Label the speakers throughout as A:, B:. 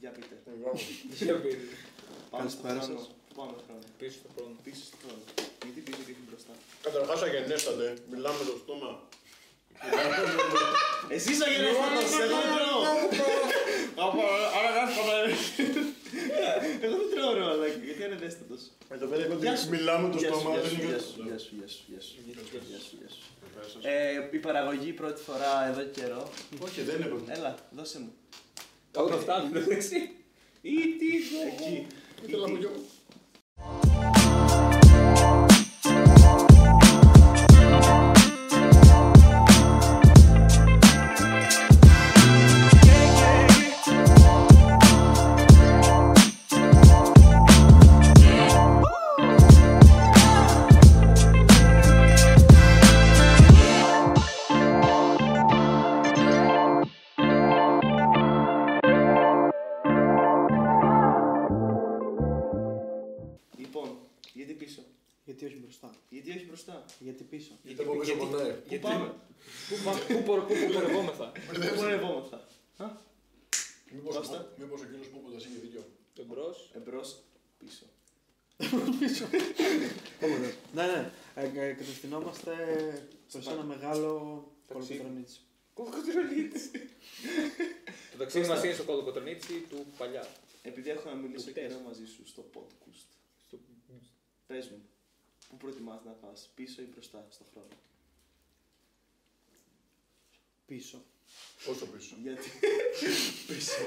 A: Για πείτε.
B: Για πείτε.
A: Πάμε στον
C: Καλησπέρα
A: χρόνο. Πάμε στον χρόνο.
B: Πίσω στο χρόνο.
A: Πίσω στον χρόνο. Γιατί πίσω και όχι μπροστά.
D: Καταρχάς αγενέστατε. Μιλάμε το στόμα.
A: Εσύ είσαι γενναιόδωρος, εγώ δεν τρώω. Από- Άρα γράφαμε. Εγώ δεν τρώω ρε μαλάκα, γιατί είναι ευαίσθητος.
D: Εδώ πέρα είπατε
A: Γεια σου.
D: μιλάμε το
A: Γεια σου,
D: στόμα.
A: γεια
D: δεν
A: σου,
D: είναι-
A: γεια σου, γεια σου, γεια σου, γεια σου,
B: Γεια σου,
A: γεια σου, γεια σου.
D: Πέρα σας.
A: Ε, Η παραγωγή πρώτη φορά εδώ και καιρό.
D: Όχι, δεν είναι πρώτη.
A: Έλα, δώσε μου.
B: Τα ούτε φτάνουν, εντάξει. Ή τι,
A: Εκεί.
D: Ήθελα να μου γιώ.
A: Λοιπόν, γιατί πίσω.
C: Γιατί όχι μπροστά.
A: Γιατί όχι μπροστά.
C: Γιατί πίσω.
D: Είτε από πίσω πονάει.
A: Πού πάμε.
B: Πού πα- πού πορ- Πού πορευόμεθα.
A: Πού πορευόμεθα. Α,
D: Μήπως ο-
A: Κώστα.
D: Μήπως ο κύριος Πούπουλας είχε δίκιο.
B: Εμπρός.
A: Εμπρός, πίσω.
C: Ναι, ναι. Ε, ε, Κατευθυνόμαστε προς ένα μεγάλο
B: Ταξί.
C: κολοκοτρονίτσι.
B: Κολοκοτρονίτης. Το ταξίδι μας είναι στο κολοκοτρονίτσι του παλιά.
A: Επειδή έχω να μιλήσω
B: Κουτές.
A: καιρό μαζί σου στο podcast,
B: Στο-
A: πες μου, πού προτιμάς να πας, πίσω ή μπροστά στον χρόνο.
C: Πίσω.
D: Πόσο πίσω.
A: Γιατί. πίσω.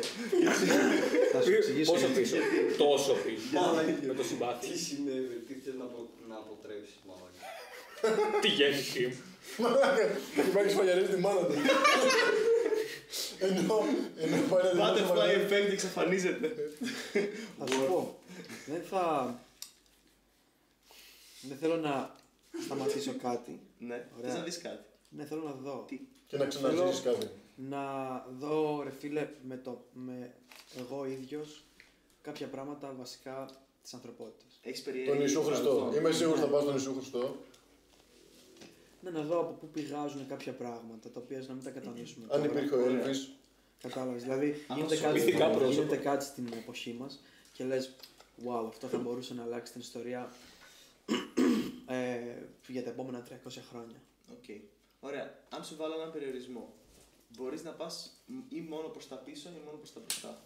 C: Θα σου εξηγήσω.
B: Πόσο
C: γιατί.
B: πίσω. Τόσο πίσω.
E: Μαλάκα.
B: Με το συμπάθι.
E: Τι συνέβη, τι θες να, προ... να αποτρέψεις μαλάκα.
B: Τι γέννηση μου.
D: Υπάρχει σφαγιαρίζει τη μάνα του. Ενώ, ενώ πάει να δει
A: Butterfly
D: το σφαγιαρίζει.
A: effect εξαφανίζεται.
C: Θα σου πω. Δεν θα... Δεν θέλω να σταματήσω κάτι.
A: ναι,
C: Ωραία.
A: θες να δεις κάτι.
C: Ναι, θέλω να δω.
A: Τι.
D: Και να ξαναζήσεις κάτι.
C: Να δω, ρε φίλε, με το... Με εγώ ίδιος κάποια πράγματα βασικά της ανθρωπότητας.
A: Έχεις περιέργεια.
D: Τον
A: για
D: Ιησού
A: το
D: Χριστό.
A: παρελθόν.
D: Είμαι σίγουρος θα πας στον Ιησού Χριστό.
C: Ναι, να δω από πού πηγάζουν κάποια πράγματα, τα οποία να μην τα κατανοήσουμε.
D: Αν
C: τώρα.
D: υπήρχε ο Έλβης.
C: Κατάλαβες. Δηλαδή,
A: Αν
C: γίνεται
A: σου
C: κάτι,
B: μυθικά
C: γίνεται
B: πρόσωπα.
C: κάτι στην εποχή μας και λες, wow, αυτό θα μπορούσε να αλλάξει την ιστορία ε, για τα επόμενα 300 χρόνια.
A: Οκ. Ωραία. Αν σου βάλω έναν περιορισμό, μπορείς να πας μ- ή μόνο προς τα πίσω ή μόνο προς τα μπροστά.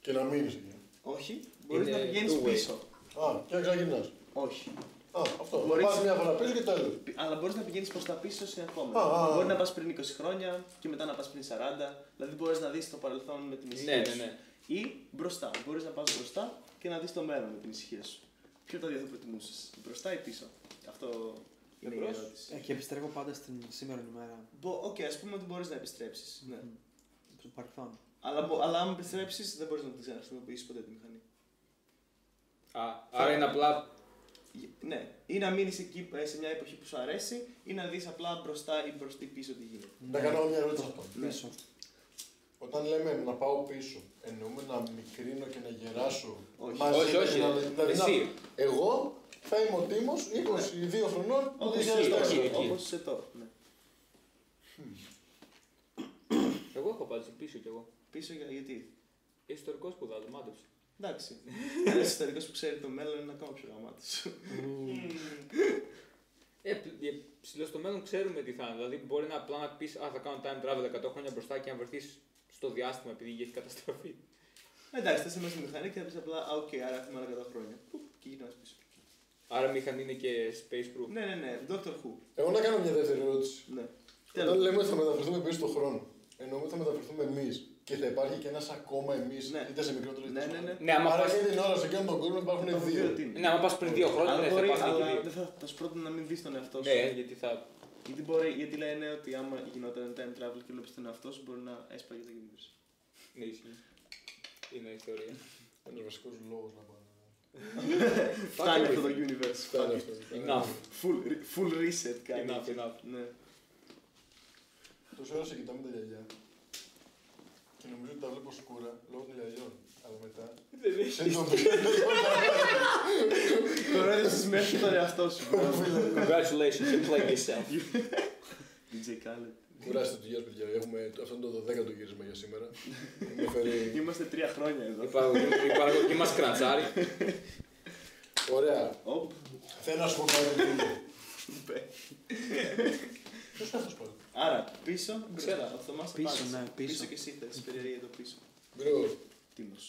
D: Και να μείνεις εκεί.
A: Όχι, μπορείς
B: Είναι
A: να πηγαίνεις
B: two way.
A: πίσω.
D: Α, και να ξεκινάς.
A: Όχι.
D: Α, αυτό.
A: Μπορείς-
D: Πας μια φορά πίσω και τέλος.
A: Πι- Αλλά μπορείς να πηγαίνεις προς τα πίσω σε
D: Α, α,
A: ακόμα.
D: α.
A: Μπορεί να πας πριν 20 χρόνια και μετά να πας πριν 40. Δηλαδή μπορείς να δεις το παρελθόν με την
B: Ναι,
A: ησυχία
B: ναι,
A: σου.
B: ναι.
A: Ή μπροστά. Μπορείς να πας μπροστά και να δεις το μέλλον με την ησυχία σου. Ποιο τα δύο θα προτιμούσε, μπροστά ή πίσω. Αυτό είναι η
B: Εμπρός.
A: ερώτηση.
C: Ε, και επιστρέφω πάντα στην σήμερα ημέρα
A: Μπο- Οκ, ας πούμε ότι μπορείς να επιστρέψεις. Ναι.
C: του παρελθόν.
A: Αλλά, μπο- αλλά αν επιστρέψεις, δεν μπορείς να την ξαναχρησιμοποιήσεις ποτέ τη μηχανή.
B: Α, άρα είναι απλά
A: Γε- Ναι, ή να μείνεις εκεί ε, σε μια εποχή που σου αρέσει, ή να δεις απλά μπροστά ή μπροστά πίσω τι γίνεται.
D: Να κάνω μια ερώτηση αυτό.
A: Ναι.
C: Πίσω.
D: Όταν λέμε να πάω πίσω, εννοούμε να μικρύνω και να γεράσω
A: Όχι.
D: μαζί
B: Όχι,
D: με
B: όχι.
D: την άλλη. Δηλαδή,
B: Εσύ.
D: να- εγώ θα είμαι ο Τίμος 22 χρονών το
A: Όπω
D: 2004.
B: όχι.
A: είσαι τώρα. Ναι.
B: Εγώ έχω πάει πίσω κι εγώ.
A: Πίσω για- γιατί.
B: Ιστορικό σπουδάζω, μάντεψε.
A: Εντάξει. Ένα ιστορικός που ξέρει το μέλλον είναι ακόμα πιο γαμάτος.
B: Ε, π- ε, ψηλό στο μέλλον ξέρουμε τι θα είναι. Δηλαδή, μπορεί να απλά να πεις Α, θα κάνω time travel 100 χρόνια μπροστά και να βρεθείς στο διάστημα επειδή η γη έχει καταστραφεί.
A: Εντάξει, θα είσαι μέσα στη μηχανή και θα πεις απλά Α, οκ, άρα έχουμε άλλα 100 χρόνια. Πουπ, Και γυρνάς πίσω.
B: Άρα, η μηχανή είναι και space proof.
A: Ναι, ναι, ναι, Doctor Who.
D: Εγώ να κάνω μια δεύτερη ερώτηση.
A: Ναι.
D: Όταν
A: Τέλος.
D: λέμε ότι θα μεταφερθούμε πίσω στον χρόνο, εννοούμε ότι θα μεταφερθούμε εμείς και θα υπάρχει και ένας ακόμα εμείς,
A: Ναι.
D: είτε σε μικρότερο είτε
A: Ναι,
D: σε
A: ναι, ναι.
B: Ναι, άμα
D: Άρα
B: πας
D: και την ώρα σε εκείνον τον κόσμο
A: Το
D: υπάρχουν
A: βίντεο
D: δύο.
A: τι είναι.
B: ναι, άμα πας πριν δύο χρόνια,
A: Αλλά
B: ναι, θα
A: μπορεί,
B: πας και
A: αλλά
B: εκεί.
A: δεν θα, θα σου πρότεινα να μην δεις τον εαυτό σου.
B: Ναι, γιατί θα.
A: Γιατί, μπορεί, γιατί λένε ότι άμα γινόταν time travel και βλέπεις τον εαυτό σου, μπορεί να έσπαγε το κινητό σου.
B: Ναι, ισχύει. Είναι η θεωρία.
D: Ένα βασικός λόγος να πάω.
A: Φτάνει αυτό το
B: everything.
A: universe.
D: Φτάνει αυτό.
B: Enough.
A: Full, re- full reset κάνει.
B: Enough, enough.
A: Ναι.
D: Τόση ώρα σε κοιτάμε τα γυαλιά. Και νομίζω ότι τα βλέπω σκούρα λόγω των γυαλιών. Αλλά μετά.
B: Δεν έχεις.
D: Δεν το βλέπω.
A: Κορέδεσες μέχρι και τον εαυτό σου. μπράβο.
B: Congratulations, you played yourself.
A: DJ Khaled.
D: Κουράσετε τη γιας παιδιά. Έχουμε αυτό είναι το 12ο γύρισμα για σήμερα. Με φέρει.
A: Είμαστε τρία χρόνια εδώ.
B: Η παραγωγή- η παραγωγή μας κρατσάρει.
D: Ωραία.
A: Οπ,
D: Θέλω να σου πω κάτι.
A: μπε.
D: Ποιος κάθος πάλι.
A: Άρα πίσω, ξέρω, ο Θωμάς θα
C: Πίσω,
A: πάρεις.
C: ναι, πίσω.
A: Πίσω και εσύ θα είσαι περιεργή εδώ πίσω.
D: Μπρο.
A: Τίμος.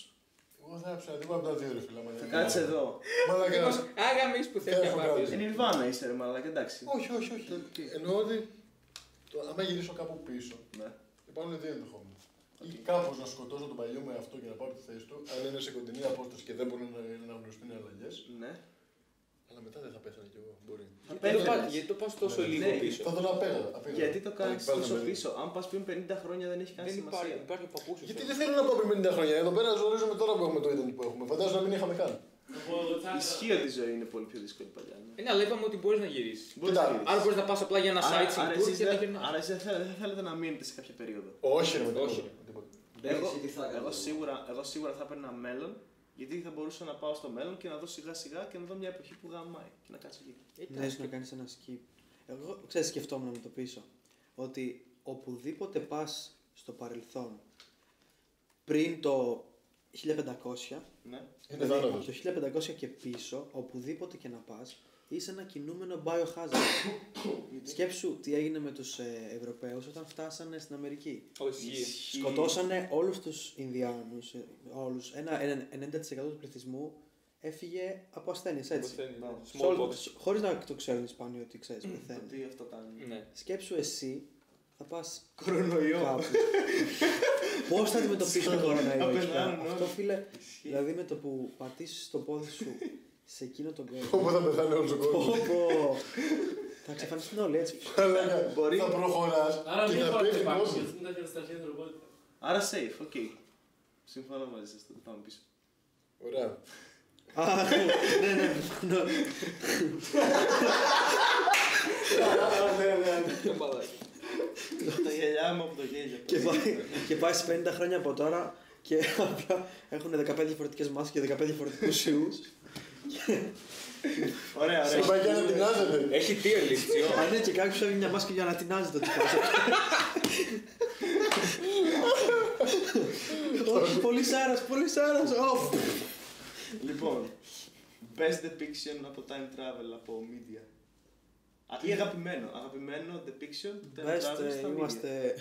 D: Εγώ θα ψάξω τίποτα από τα δύο ρε φίλα. μα,
A: Θα
D: δεν
A: κάτσε
D: είναι.
A: εδώ.
D: Μαλάκα.
B: Άγαμε που θέλει
D: Θέλω
B: να
D: να
B: πάρει.
D: κάνω.
A: Είναι Ιρβάνα είσαι ρε μαλάκα, εντάξει.
D: Όχι, όχι, όχι. Εννοώ ότι το- άμα γυρίσω κάπου πίσω,
A: Ναι.
D: υπάρχουν δύο ενδεχόμενα. Ή
A: Οκ.
D: κάπως να σκοτώσω τον παλιό με αυτό και να πάρω τη θέση του, αν είναι σε κοντινή απόσταση και δεν μπορούν να, να γνωριστούν οι αλλαγές.
A: Ναι.
D: Αλλά μετά δεν θα πέθανα κι εγώ. Μπορεί.
A: Θα
B: Γιατί το
A: παίρνεις.
B: πας- Γιατί το πας τόσο
D: Ναι,
B: λίγο
A: ναι.
D: Θα
B: πίσω.
D: τον απέλα. απέλα.
A: Γιατί το κάνεις
D: Πάλι
A: τόσο
D: με-
A: πίσω, αν πας πριν 50 χρόνια δεν έχει κανένα
B: Δεν υπάρχει,
A: σημασία.
B: υπάρχει ο παππούς.
D: Γιατί δεν θέλω να πάω πριν 50 χρόνια. Εδώ πέρα ζορίζουμε τώρα που έχουμε το ίντερνετ που έχουμε. Φαντάζομαι να μην είχαμε καν.
A: Ισχύει ότι η ζωή είναι πολύ πιο δύσκολη παλιά. ναι.
B: Ναι, αλλά είπαμε ότι μπορείς να γυρίσεις.
A: Μπορείς
D: Άρα,
A: να γυρίσεις.
B: Άρα μπορείς να πας απλά για ένα
A: Άρα-
B: site στην
A: άρα εσείς
B: Τούρκη και να
A: δεν-
B: γυρνάς.
A: Άρα εσείς δεν θέλετε- δεν θέλετε να μείνετε σε κάποια περίοδο.
D: Όχι, ρε, με τίποτα.
B: Όχι.
D: με τίποτα.
E: Δεν
A: Εγώ-
E: εσύ τι θα
A: Εγώ
E: κάνω.
A: σίγουρα, εγώ σίγουρα θα έπαιρνα μέλλον, γιατί θα μπορούσα να πάω στο μέλλον και να δω σιγά σιγά και να δω μια εποχή που γαμάει και να κάτσω εκεί.
C: Ναι, να κάνεις ένα skip. Εγώ ξέρεις, σκεφτόμουν με το πίσω. Ότι οπουδήποτε πας στο παρελθόν πριν το 1500,
A: Ναι.
D: Είναι
C: δηλαδή,
D: θάνατο.
C: από το 1500 και πίσω, οπουδήποτε και να πας, είσαι ένα κινούμενο biohazard. Σκέψου τι έγινε με τους ε, Ευρωπαίους όταν φτάσανε στην Αμερική.
B: Όχι.
C: Σκοτώσανε όλους τους Ινδιάνους, ε, όλους, ένα, ένα 90% του πληθυσμού έφυγε από ασθένειες, έτσι. Σε όλο-
B: Smallbox.
C: σε- Χωρίς να το ξέρουν οι Ισπανοί ότι ξέρεις πεθαίνει.
A: Τι αυτό κάνει.
B: Ναι.
C: Σκέψου εσύ θα πας
A: Κορονοϊό.
C: κάπου. Πώς θα αντιμετωπίσεις τον κορονοϊό εκεί πέρα.
A: Απελάνουν όλοι.
C: Αυτό φίλε,
A: ναι. Ισχύει.
C: δηλαδή με το που πατήσεις το πόδι σου σε εκείνο τον κόσμο.
D: Όπου θα πεθάνει όλος ο κόσμος.
C: Όπω. Θα εξαφανιστούν όλοι έτσι.
A: Μπορεί.
D: Θα προχωράς
F: Άρα
D: και
F: μην
D: θα
F: πάτε
D: πέφτει
F: πάνω,
D: κόσμο.
F: γιατί δεν τα έχετε στα χέρια του οπότε.
A: Άρα safe, οκ. Συμφωνώ μαζί σας, τότε πάμε πίσω.
D: Ωραία.
C: Αχ, ναι, ναι, ναι.
B: Δεν παλάει.
A: Τα γυαλιά μου από το γέλιο.
C: Και πάει, και πάει σε 50 χρόνια από τώρα και απλά έχουν 15 διαφορετικές μάσκες και 15 διαφορετικούς ιούς.
A: Ωραία,
D: Σε
A: ωραία.
D: παγιά να τεινάζεται.
B: Έχει tier list. ιό.
C: Αν είναι ναι, και κάποιος έβγαινε μια μάσκα για να τεινάζεται ότι Όχι, πολύ σάρας, πολύ σάρας, off.
A: Λοιπόν, best depiction από time travel από media. Α, Ή αγαπημένο. Αγαπημένο depiction time
C: Best,
A: travel
C: ε,
A: στα media.
C: είμαστε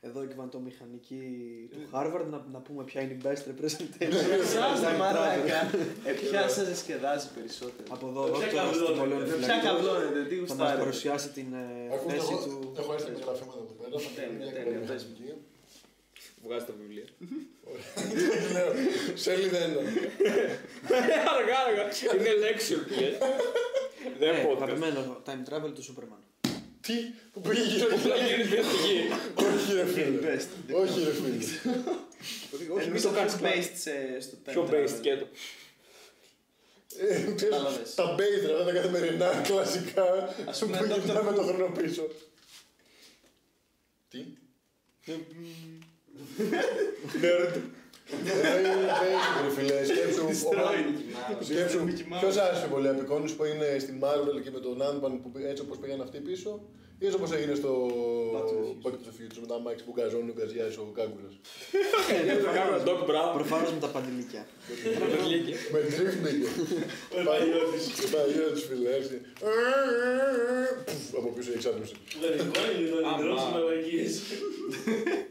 C: εδώ οι κβαντομηχανικοί του Harvard να, να πούμε ποια είναι η best representation.
A: Σας τα
C: Time
A: μαλάκα. Ε, ποια σας διασκεδάζει περισσότερο.
C: Από εδώ,
F: Δεν
C: δόκτωρας
F: πια
C: του
F: καβλώνεται,
C: Πολέων
A: Ε, Ποια
C: Φυλακτήρων,
A: καβλώνετε, τι
C: Θα μας
A: γουστάρετε.
C: παρουσιάσει την ε,
D: Ακούστε,
C: θέση
D: εγώ-
C: του...
D: έχω έρθει με γραφήματα εδώ πέρα. Θα κάνω
A: Τέλεια,
D: μια
A: τέλεια,
D: εκπομπή
A: πες μου.
D: μηχανική.
B: Βγάζει τα βιβλία.
D: Λέω, Σελίδα ένα.
B: Αργά, αργά. Είναι lecture πιες.
C: Ε,
B: Δεν πω.
C: αγαπημένο time travel του Superman.
D: Τι, που πήγε γύρω γύρω. Όχι ρε φίλε.
A: Best.
D: Όχι ρε φίλε.
B: Όχι, μην
A: Εμείς το
B: το κάνεις
A: based σε- στο time
B: Πιο
A: travel.
B: based και το.
D: Ε,
A: Κατάλαβες.
D: ξέρεις, Τα μπέιτρα, αυτά τα καθημερινά, κλασικά,
A: Ας
D: σου
A: πούμε,
D: που
A: Dr.
D: γυρνάμε
A: Who.
D: το χρόνο πίσω. Τι. Ε, Nerd. Ε, Facebook, Ναι, ρε φίλε, σκέψου.
A: Destroyed.
D: Σκέψου,
A: Mickey Mouse.
D: ποιο άρεσε πολύ απεικόνηση που είναι στην Marvel και με τον Άντμαν που έτσι όπως πήγαν αυτοί πίσω, ή έτσι όπως έγινε στο
A: Back to the Future.
D: Back to the Future με τα Μάξ που γκαζώνουν, γκαζιάζει ο Γκάγκουλα.
B: Θα κάνουμε Doc Brown.
C: Προφανώς με τα παντελίκια.
B: βιβλία.
D: Με τρίφνε και. Παλιώτη φίλε. έτσι. Πουφ, Από πίσω η εξάπλωση.
F: Δανεικό είναι, δανεικό
B: Αμά.
F: είναι μαλακίες.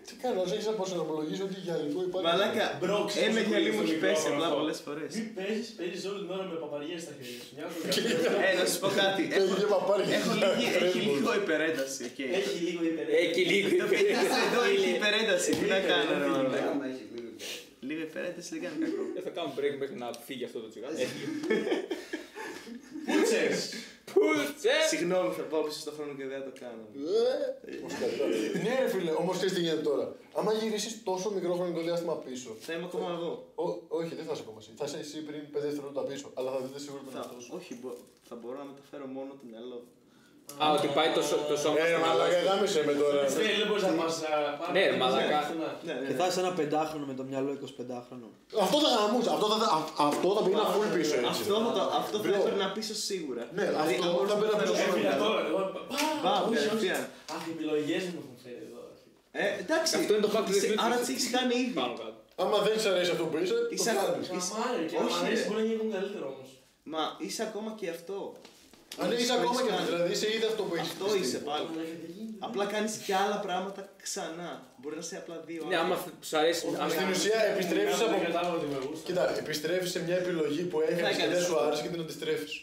D: Τι κάνω, δεν έχει αποσυνομολογήσει ότι για λίγο υπάρχει.
A: Μαλάκα,
F: Μπρόξ,
A: ένα
F: πώς
A: γυαλί μου
F: ακούγεται
A: έχει πέσει
F: στο μικρόφωνο
A: απλά
F: αυτό.
A: πολλές φορές.
F: Μην παίζεις, παίζεις όλη την ώρα με παπαριές στα χέρια σου. Μια φορά.
A: Ε, να σου πω κάτι.
D: Έχει
A: Έχω-
D: και παπάρι.
A: Έχω λίγη- έχει λίγο υπερένταση. οκ.
F: Έχει λίγο υπερένταση.
B: Εκεί Ε, λίγο.
A: Το πετάς εδώ έχει υπερένταση. Τι να κάνω, ρε μαλάκα.
E: Εμένα με έχει λίγο υπέροχο.
A: Λίγο υπερένταση δεν κάνει κακό.
B: Ε, Θα κάνουμε break μέχρι να φύγει αυτό το τσιγάρο. Ε,
F: Πούτσες.
B: Πούτσε!
A: Συγγνώμη, θα πάω πίσω στον χρόνο και δεν θα το κάνω.
D: Ε, πώς καταλάβεις. Ναι, ρε φίλε, όμως τι γίνεται τώρα. Άμα γυρίσεις τόσο μικρό χρονικό διάστημα πίσω,
A: Θα είμαι ακόμα εγώ.
D: Ό, όχι, δεν θα σε πω εσύ. Θα είσαι εσύ πριν 5 δευτερόλεπτα πίσω. Αλλά θα δείτε σίγουρα τον
A: Θα,
D: εαυτό σου.
A: όχι, μπο- θα μπορώ να μεταφέρω μόνο το μυαλό.
B: Α, ότι πάει το, σω- το σώμα
D: Ε,
B: στον
D: μαλάκα,
B: άλλον.
D: γάμισε με τώρα.
F: Ναι, δεν μπορείς να πας α, πάμε,
B: Ναι, ρε,
F: δεν μπορείς να
B: μαλακά.
F: πας πουθενά.
A: Ναι, ναι,
C: Και
A: ναι.
C: θα είσαι ένα πεντάχρονο με το μυαλό 25χρονο.
D: Αυτό θα γαμούσε, αυτό θα, αυ- αυτό θα πήγαινα full πίσω έτσι.
A: Αυτό θα, το, αυτό θα
D: Μπρο.
A: έπαιρνα πίσω σίγουρα. Δηλαδή,
D: Ναι, αυτό θα πήγαινα
A: Ε,
D: πίσω.
F: Έφυγα τώρα, εγώ. Πάω,
A: Πάω κατευθείαν.
F: Αχ, οι επιλογές μου έχουν φέρει εδώ. ρε, φίλε.
A: Ε, εντάξει.
B: Αυτό είναι το fact of the
A: Σε-
B: future.
A: Άρα τις έχεις κάνει ήδη.
B: Πάνω κάτω.
D: Άμα δεν σε αρέσει αυτό που είσαι, το
A: Είσαι
D: κάνεις.
A: Είσαι-
F: Γαμάρε, και άμα
A: όχι,
F: αρέσει,
A: ρε.
F: μπορεί να γίνει ακόμη καλύτερο όμως.
A: Μα είσαι ακόμα και αυτό.
D: Αν είσαι ακόμα και αυτό, δηλαδή είσαι ήδη αυτό που έχεις.
A: Αυτό είσαι πάλι.
F: Μαλάκα, δεν γίνεται.
A: Απλά κάνεις και άλλα πράγματα ξανά. Μπορεί να είσαι απλά δύο.
B: Ναι, άμα
A: άτομα.
B: θ- σ' αρέσει.
F: Όχι,
B: άμα-
D: Στην ουσία επιστρέφεις
F: Δεν
D: από...
F: κατάλαβα ότι με γούστα.
D: Κοίτα, επιστρέφεις σε μια επιλογή που έκανες και δεν
A: έκανες
D: σου
A: αυτό.
D: άρεσε και την αντιστρέφεις.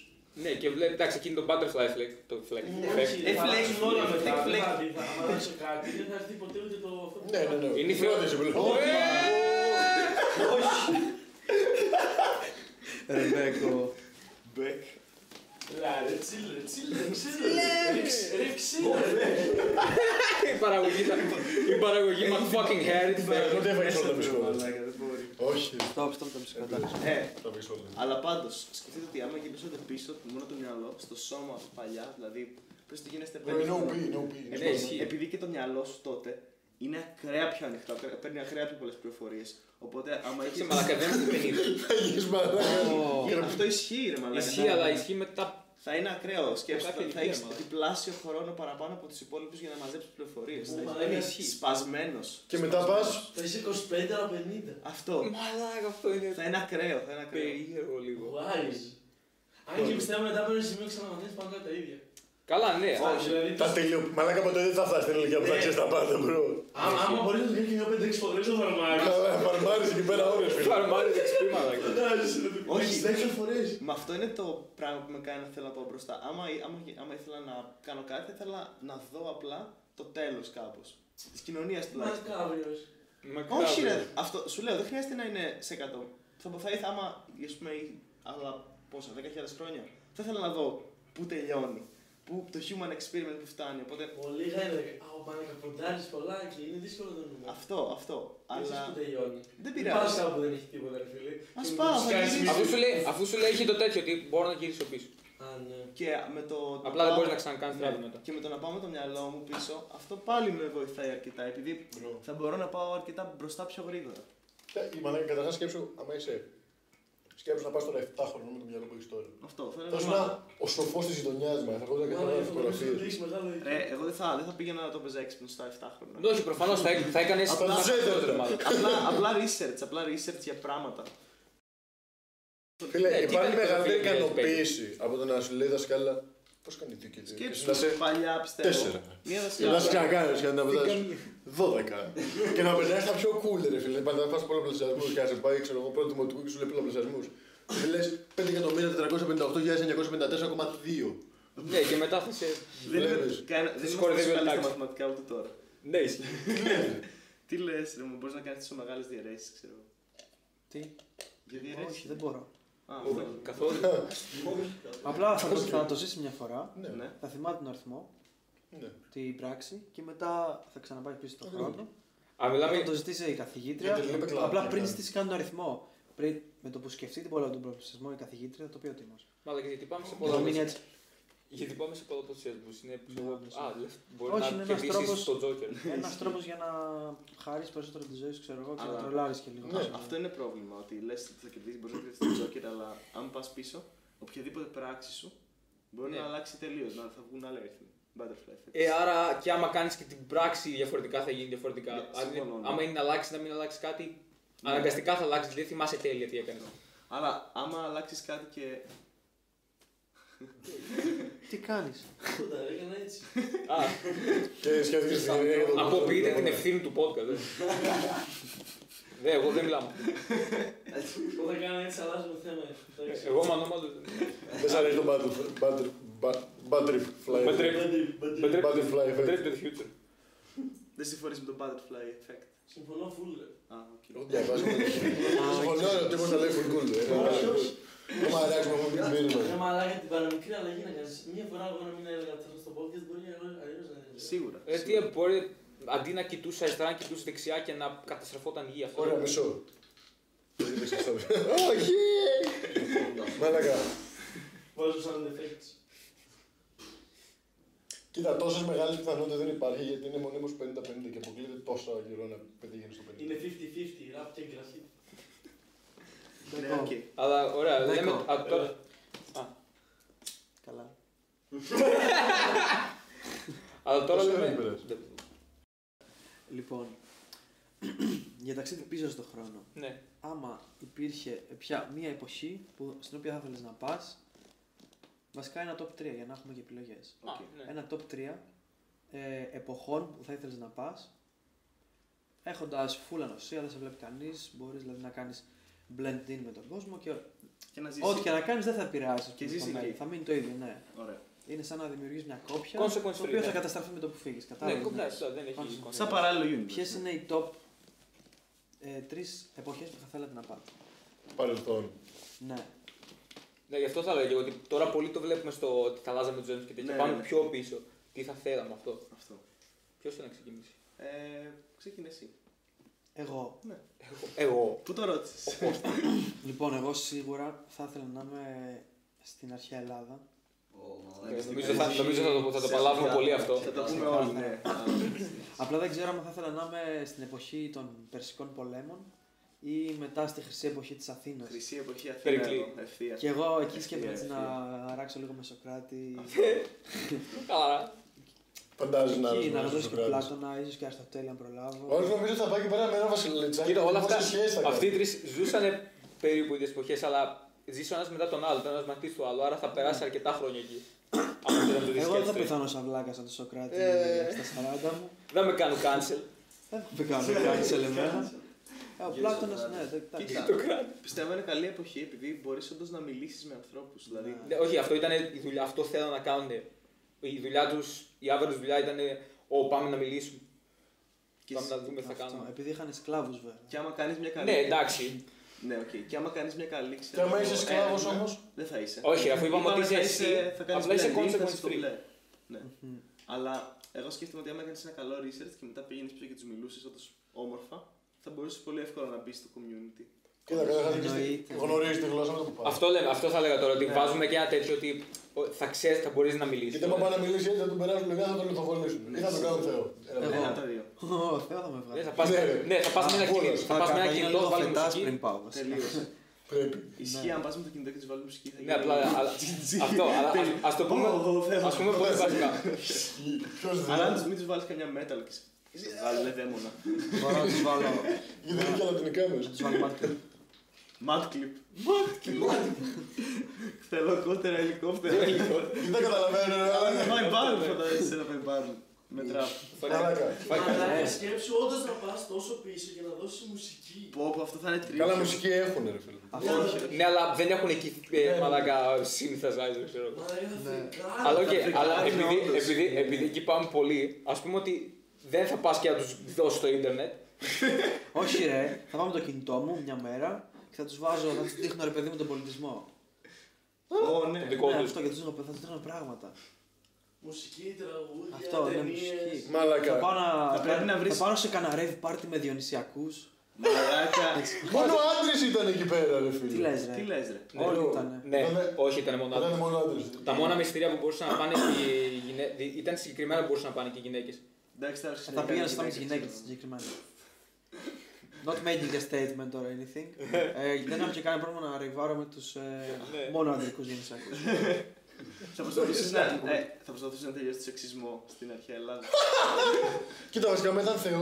B: Ναι, και βλέπει, εντάξει, εκείνη το butterfly flag. Το flag.
C: Ναι,
F: Όχι,
A: Ε,
F: θα αλλάξουν όλα
A: φλέγει,
F: μετά,
A: φλέγει.
F: δεν θα δει, θα- άμα αλλάξω κάτι, δεν θα έρθει ποτέ ούτε το αυτό που
D: Ναι, ναι, ναι.
B: Είναι η θεω-
D: Πρώτη σου επιλογή.
C: Ρεμπέκο.
A: Μπέκ.
F: Ρε, ρε, chill, ρε, chill, ρε, chill, ρε. Ρε, chill, ρε.
B: Η παραγωγή θα- Η παραγωγή μας fucking hair.
D: Εγώ δεν έφαγες όλα
A: Μέσα
D: τα
A: του,
D: μπισκότα.
A: μαλάκα, δεν μπορεί.
D: Όχι.
C: Stop, stop τα ψυχατά.
A: Ε,
D: Τα πήγες όλα.
A: αλλά πάντως, σκεφτείτε ότι άμα γυρίσετε πίσω μόνο το μυαλό, στο σώμα από παλιά, δηλαδή πες ότι γίνεστε
D: No
A: παιδί.
D: no pee, no pee.
B: Ναι,
A: Επειδή-
B: ισχύει.
A: Επειδή και το μυαλό σου τότε είναι ακραία πιο ανοιχτό, παίρ- παίρνει ακραία πιο πολλές πληροφορίες. Οπότε, άμα
B: Είσαι
A: έχεις... Ε,
B: μαλακά, δεν μου πενίδι.
D: Θα γίνεις μαλάκα.
A: Αυτό ισχύει, ρε μαλάκα. ναι.
B: Ισχύει, αλλά ισχύει μετά.
A: Θα είναι ακραίο. Σκέψτε
B: Κάποια
A: ότι θα
B: ηλικία,
A: έχει
B: μάλλον.
A: διπλάσιο χρόνο παραπάνω από τους υπόλοιπους για να μαζέψεις πληροφορίες.
F: Ω,
A: Θα
F: μαλάκα,
A: είσαι
B: ισχύει.
A: σπασμένος.
D: Και μετά πας...
F: Θα είσαι 25 αλλά 50.
A: Αυτό.
B: Μαλάκα, αυτό είναι
A: Θα είναι ακραίο. Θα είναι ακραίο.
B: περίεργο λίγο.
F: Wise. Αν και πιστεύω μετά από ένα σημείο ξαναμαθαίνεις πάντα τα ίδια.
B: Καλά, ναι.
F: Όχι, δηλαδή.
D: Τα τελείω. Μαλάκα ποτέ δεν θα φτάσει την ηλικία που θα
F: Ναι.
D: ξέρεις τα πάντα, bro.
F: Άμα άμα μπορείς να το κάνεις και μια 5-6 φορές το φαρμάκι.
D: Καλά, Φαρμάρεις εκεί πέρα ώρες, φίλε.
B: Φαρμάρι, δεν ξυπεί, μαλάκα.
F: Φαντάζεσαι να το
A: Όχι.
F: κάνεις 10 φορές.
A: Μα αυτό είναι το πράγμα που με κάνει να θέλω να πάω μπροστά. Άμα, ή- άμα, γι- άμα ήθελα να κάνω κάτι, θα ήθελα να δω απλά το τέλος κάπως. Της κοινωνίας τουλάχιστον.
F: Μακάβριος.
B: Μακάβριος.
A: Όχι, ρε. Αυτό σου λέω, δεν χρειάζεται να είναι σε 100. Θα, θα ήθελα άμα, ας πούμε, άλλα πόσα, 10.000 χρόνια. Θα ήθελα να δω πού τελειώνει. Πού το human experiment που φτάνει. Οπότε
F: Πολύ γάιδε. Α, ο Πανακαποντάρης πολλά και είναι δύσκολο να το νούμε.
A: Αυτό, αυτό.
F: Αλλά... που
A: Αλλά
F: τελειώνει.
A: δεν
F: Πας
A: πειράζει.
F: κάπου δεν έχει τίποτα, ρε φίλε.
A: Ας
F: Και μου
A: πάω,
F: τους
A: θα
F: κάνεις
A: γυρίσω.
F: μισή.
B: Αφού σου λέει- Αφού σου λέει έχει το τέτοιο ότι μπορώ να γυρίσω πίσω.
F: Α, ναι.
A: Και με το. το
B: Απλά δεν
A: πάω-
B: μπορείς να ξανακάνεις
A: Ναι.
B: τράβη μετά.
A: Και με το να πάω με το μυαλό μου πίσω, αυτό πάλι με βοηθάει αρκετά. Επειδή
D: Bro.
A: θα μπορώ να πάω αρκετά μπροστά πιο γρήγορα.
D: Κοίτα, η Μαλάκα, καταρχάς σκέψου, άμα είσαι... Σκέψου να πας τώρα 7 χρονών με το μυαλό που έχεις τώρα.
A: Αυτό θα είναι
D: Θα
A: normal.
D: ήσουν ο σοφός της γειτονιάς μας, θα μπορούσα να
F: Μάλλον
D: κάνω
F: αυτό το
D: φωτογραφίες.
F: έχεις μεγάλο δίκιο.
A: Ρε, ε, εγώ δεν θα, δεν θα πήγαινα να το παίζα έξυπνο στα 7 χρόνια.
B: Ναι, Όχι, προφανώς θα, έκ- θα έκανες.
D: Απλά ζέτε, ρε.
A: απλά, απλά research, απλά research για πράγματα.
D: Φίλε,
B: Ναι, τι
D: υπάρχει
B: κάνει
D: μεγαλύτερη
B: το παιδί,
D: ικανοποίηση από το να σου λέει η δασκάλα πώς κάνει δύο και δύο. Και
A: Σκέψου
D: εσύ
A: Ναι.
D: να σε
A: παλιά πιστεύω.
D: τέσσερα.
A: Μία
D: Και να σε
A: δασκάλα.
D: ξανακάνεις και να τα πετάς 12. Και να πετάς τα πιο cool, ρε φίλε. Πάντα να πας πολλαπλασιασμούς και να σε πάει, ξέρω εγώ, πρώτο δημοτικού και σου λέει πολλαπλασιασμούς. Και λες 5.458.954,2.
B: Ναι, και μετά θα σε.
A: Δεν
D: Βλέπεις.
A: είμαι κανένα- δεν είμαι
B: κοροϊδεύει ο
A: καλή στα
B: τάξης.
A: μαθηματικά ούτε τώρα.
B: Ναι, ισχύει.
A: Τι λες, ρε μου, μπορείς να κάνεις τόσο μεγάλες διαιρέσεις, ξέρω εγώ.
C: Τι.
A: Για διαιρέσεις.
C: Όχι, δεν μπορώ.
A: Α, αυτό.
B: Καθόλου.
C: Απλά θα το, θα το ζήσει μια φορά,
D: Ναι,
A: Ναι.
C: θα θυμάται τον αριθμό,
D: ναι.
C: την πράξη και μετά θα ξαναπάει πίσω τον χρόνο.
B: Α,
C: Θα
B: μιλάμε.
C: το ζητήσει η καθηγήτρια.
D: Γιατί λέει με κλαπ,
C: Απλά
D: ναι.
C: πριν ζητήσει καν τον αριθμό. Πριν, με το που σκεφτεί την πολλά τον προβληματισμό η καθηγήτρια θα το πει ο Τίμος.
B: Μαλάκα, γιατί πάμε σε
C: Θα
B: πολλά.
C: μείνει έτσι.
B: Γιατί πάμε σε πολλαπλασιασμού. Είναι.
C: Πολλαπλασιασμούς.
B: Α, λες. Μπορεί
C: Όχι,
B: να
C: είναι ένας
B: κερδίσεις
C: τρόπος-
B: τον Τζόκερ.
C: Ένας τρόπος για να χαρεί περισσότερο τη ζωή σου, ξέρω εγώ, και να
A: Αλλά-
C: τρολάρεις και λίγο.
D: Ναι,
C: Ξέρω.
A: Αυτό είναι πρόβλημα. Ότι λες ότι θα κερδίσεις, μπορείς να κερδίσεις τον Τζόκερ, αλλά αν πας πίσω, οποιαδήποτε πράξη σου μπορεί
B: Ναι.
A: να αλλάξει τελείως. Να θα βγουν άλλοι αριθμοί. Butterfly effect.
B: Ε, άρα και άμα κάνεις και την πράξη διαφορετικά θα γίνει διαφορετικά.
A: Ναι,
B: Αν-
A: συμφωνώ, ναι.
B: Άμα είναι να αλλάξεις, να μην αλλάξεις κάτι.
A: Ναι.
B: Αναγκαστικά θα αλλάξεις, δεν θυμάσαι τέλεια τι έκανες.
A: Αλλά άμα αλλάξεις κάτι και.
C: Τι κάνεις.
F: Κοντά, ρε, έκανα έτσι.
B: Α,
D: Και σκέφτηκες την ιδέα για τον
B: αποποιείτε
A: Ναι,
D: κόσμο.
B: την ευθύνη του podcast. ε. Ναι, εγώ δεν μιλάω.
F: Όταν κάνω έτσι αλλάζουμε θέμα. εντάξει.
B: Ε, Εγώ μανόμα.
D: Δεν σ' αρέσει το battle- battle- bat- butterfly.
B: Butterfly.
F: Μπαντρι, μπαντρι.
D: Butterfly effect.
B: Τρέπει το future.
A: Δεν συμφωνείς με το butterfly effect.
F: Συμφωνώ φουλ. ρε.
A: Α, οκ.
D: Δεν διαβάζω. Συμφωνώ ρε, ο τύπος να λέει full cool. ε. Το μαράξι μου έχουν πει
F: Ρε
D: μήνυμα.
F: μαλάκα την παραμικρή αλλαγή να κάνεις. Μία φορά εγώ να μην έλεγα τώρα στο podcast μπορεί να λέω αλλιώς να έλεγα.
A: Σίγουρα.
B: Ε, τι
A: σίγουρα.
B: μπορεί, αντί να κοιτούσες αριστερά, να κοιτούσες δεξιά και να καταστραφόταν η γη αυτό.
D: Ωραία, μισό. Δεν είπες αυτό. Όχι! Μαλακά.
F: Βάζω sound effects.
D: Κοίτα, τόσες μεγάλες πιθανότητες δεν υπάρχει γιατί είναι μονίμως 50-50 και αποκλείεται τόσο καιρό να πετύχει στο 50.
F: Είναι 50-50, rap και graffiti.
B: λοιπόν.
A: Ναι, οκ.
B: Αλλά ωραία,
C: Δέκα.
B: λέμε. Α, τώρα,
A: Καλά.
B: αλλά τώρα
D: Πώς
B: λέμε.
D: είναι, πες.
B: Δε-
C: Λοιπόν, για ταξίδι πίσω στον χρόνο.
B: Ναι.
C: Άμα υπήρχε πια μία εποχή που, στην οποία θα ήθελες να πας, βασικά ένα top 3 για να έχουμε και επιλογές.
B: Α,
A: Οκ.
B: ναι.
C: Ένα top 3 ε, εποχών που θα ήθελες να πας, έχοντας full ανοσία, δεν σε βλέπει κανείς, μπορείς δηλαδή να κάνεις blend in με τον κόσμο και
A: Και να ζήσει.
C: ό,τι και να κάνεις δεν θα επηρεάσει.
A: Και ζεις εκεί.
C: Θα μείνει το ίδιο, ναι.
A: Ωραία.
C: Είναι σαν να δημιουργείς μια κόπια,
B: Consequence
C: το
B: free,
C: οποίο θα
B: ναι.
C: καταστραφεί με το που φύγεις,
B: Ναι,
C: κατάλαβες.
B: κομπλά,
C: ναι.
B: σωστά, δεν
C: Πάμε.
B: έχει εικόνα.
A: Σαν παράλληλο universe.
C: Ποιες είναι οι top ε, τρεις εποχές που θα θέλατε να πάτε.
D: Παρελθόν.
C: Ναι.
B: Ναι, γι' αυτό θα λέγω ότι τώρα πολύ το βλέπουμε στο ότι θα αλλάζαμε τους ζωέ και τέτοια.
A: Ναι,
B: Πάμε
A: ναι.
B: πιο πίσω. Τι θα θέλαμε αυτό.
A: Αυτό.
B: Ποιος θέλει να ξεκινήσει.
A: Ε, ξεκινά εσύ.
C: Εγώ.
B: Εγώ.
A: Πού το ρώτησες.
C: Λοιπόν, εγώ σίγουρα θα ήθελα να είμαι στην αρχαία Ελλάδα.
E: Ω,
B: Ναι,
E: μαλάκα.
B: Νομίζω θα, νομίζω θα το, θα το παλάβουμε πολύ αυτό.
A: Θα το πούμε όλοι, ναι.
C: Απλά δεν ξέρω αν θα ήθελα να είμαι στην εποχή των Περσικών πολέμων ή μετά στη χρυσή εποχή της Αθήνας.
A: Χρυσή εποχή Αθήνα.
B: Περικλή.
A: εδώ, Ευθεία.
C: Και εγώ εκεί σκέφτομαι
A: Ευχαριστώ.
C: να αράξω λίγο με Σοκράτη.
B: Καλά.
D: Φαντάζεσαι να
C: Εκεί
D: ρωτήσεις
C: να
D: τον Σοκράτη.
C: ρωτήσω και Πλάτωνα, ίσως και Αριστοτέλη αν προλάβω.
D: Όλοι νομίζω θα πάει και πέρα με ένα βασιλετσάκι.
B: Κοίτα, όλα
D: Πόσες
B: αυτά.
D: σχέσεις θα
B: Αυτοί οι
D: κάνει.
B: τρεις ζούσαν περίπου ίδιες εποχές, αλλά ζήσαν ένας μετά τον άλλο. Ήταν ένας μαθητής του άλλου, άρα θα περάσει αρκετά χρόνια εκεί. Αν θέλει να το δεις
C: Εγώ δεν θα
B: και
C: πεθάνω σαν βλάκας σαν τον Σοκράτη
A: Ε.
C: στα 40 μου.
B: Δεν με κάνουν cancel.
C: Δεν θα κάνω κάτι σε λεμένα. Ο
E: Γεια
C: Πλάτωνας,
E: σου,
C: ναι, δεν- εντάξει.
A: Κοίτα.
B: Το κράτος.
A: Πιστεύω είναι καλή εποχή επειδή μπορείς όντως να μιλήσεις με ανθρώπους. Δηλαδή.
C: Ναι.
B: Ναι, Όχι, αυτό ήταν η δουλειά. Αυτό θέλαν να κάνουν. Η δουλειά τους, η αύριο δουλειά ήταν. Ω, πάμε να μιλήσουμε.
A: Και
B: πάμε
A: σ-
B: να δούμε τι θα
C: Αυτό, ε,
B: κάνουμε.
C: Επειδή είχαν σκλάβους βέβαια.
A: Και άμα κάνεις μια καλή.
B: Ναι, εντάξει.
A: Ναι, οκ. Και άμα κάνεις μια καλή.
D: Και
A: ξέρω
D: άμα
A: εγώ, ε,
D: είσαι
A: ένα
D: σκλάβο
A: μήνα,
D: όμως.
A: Δεν θα είσαι. Ε,
B: Όχι, αφού είπαμε ότι
A: θα
B: είσαι εσύ,
A: θα κάνεις
B: απλά είσαι
A: blending, θα
B: consequence
A: είσαι στο
B: free.
A: μπλε. Ναι.
C: Μμμ.
A: Αλλά εγώ σκέφτομαι ότι άμα έκανε ένα καλό research και μετά πήγαινες πίσω και τους μιλούσες όντως όμορφα, θα μπορούσες πολύ εύκολα να μπεις στο community.
D: Κοίτα, καταρχάς
C: Εννοείται.
D: γνωρίζει τη γλώσσα με το που πάει.
B: Αυτό, λέμε, αυτό θα λέγα τώρα. Ότι
A: Ναι.
B: βάζουμε και ένα τέτοιο ότι ο, θα ξέρεις, θα μπορείς να μιλήσεις.
D: Είτε πάμε να μιλήσει έτσι, θα τον περάσουν λιγά, θα τον λιθοβολήσουν. Ή θα τον κάνουν Θεό.
C: Εγώ.
A: Ένα από τα δύο.
C: Ω, Θεό θα με
B: Ναι,
C: βγάλει.
B: θα πας
D: Ναι, ρε.
B: ναι, θα πας με ένα
D: Αχ,
B: κινητό,
D: όλος.
B: θα πας με ένα
C: Κακά είναι
B: κινητό, θα
C: λίγο
B: βάλει
C: φετάς
B: μουσική.
C: πριν πάω. βασικά.
A: Τελείωσε.
D: Πρέπει.
A: Ισχύει αν πας με το κινητό και τους βάλει μουσική. θα
B: Ναι,
A: γίνει-
B: απλά αλλά- αυτό. αλλά ας- Ας το πούμε.
A: Ω, Θεέ
B: Ας πούμε πολύ βασικά.
D: Ποιος δεν.
A: Αλλά αν τους- μην τους βάλεις καμιά metal και σε- και σε βάλει δαίμονα.
C: Μπορώ να τους βάλω.
D: Γιατί δεν είναι και λατινικά
C: να
D: μέσα.
C: τους βάλω μάρκα.
A: Mad clip. Θέλω κότερα ελικόπτερα.
D: Δεν καταλαβαίνω. ρε,
A: Αλλά
D: αλλά-
A: θα πάει μπάρουν φαντάζεσαι σε ένα πάει μπάρουν. Με τραπ.
D: Μαλάκα.
C: Ε,
F: Αλλά σκέψου όντως να πας τόσο πίσω και να δώσεις μουσική.
A: Πω πω αυτό θα είναι τρίτο.
D: Καλά μουσική έχουν, ρε φίλε.
C: Αυτό
B: Ναι, αλλά δεν έχουν εκεί ε, μαλάκα synthesizer, ξέρω εγώ.
F: Μα δεν θα φεγγάρι.
B: Αλλά οκ,
A: τα
B: αλλά
A: φρικάρια
B: επειδή,
A: όντως.
B: επειδή, επειδή εκεί πάμε πολύ, ας πούμε ότι δεν θα πας και να τους δώσεις το ίντερνετ.
C: Όχι ρε, θα πάω με το κινητό μου μια μέρα και θα τους βάζω, θα τους δείχνω ρε παιδί μου τον πολιτισμό.
A: Ω, ναι.
B: Το δικό
C: Ναι,
B: του.
C: αυτό και τους δείχνω- θα τους δείχνω πράγματα.
F: Μουσική, τραγούδια,
C: Αυτό, ναι,
F: ταινίες.
C: μουσική. Θα
D: Μαλάκα.
C: πάω να.
A: Θα πρέπει να βρεις-
C: Θα πάω σε κανένα rave party με διονυσιακούς.
A: Μαλάκα.
D: Μόνο άντρες ήταν εκεί πέρα, ρε
C: Τι
D: φίλε.
C: λε,
A: Τι
C: ρε.
A: λες ρε.
B: Ναι,
C: Όλοι ήταν.
B: Ναι,
D: Ήταν-
B: όχι, ήταν
D: Δεν
B: μόνο
D: ήταν μόνο άντρες.
B: Τα μόνα μυστήρια που μπορούσαν να πάνε οι γυναίκε. ήταν συγκεκριμένα που μπορούσαν να πάνε και οι γυναίκες.
A: Εντάξει θα άρχισε
C: Θα πήγαινα στα με τι γυναίκε συγκεκριμένα. Not making a statement or anything. ε, δεν έχω και κανένα πρόβλημα να ριβάρω με τους
B: Ναι.
C: ε, μόνο ανδρικού γεννησιακού.
A: Θα προσπαθήσεις να, ε, θα προσπαθήσεις να τελειώσεις το σεξισμό στην αρχαία Ελλάδα.
D: Κοίτα, βασικά μετά ήταν θεό.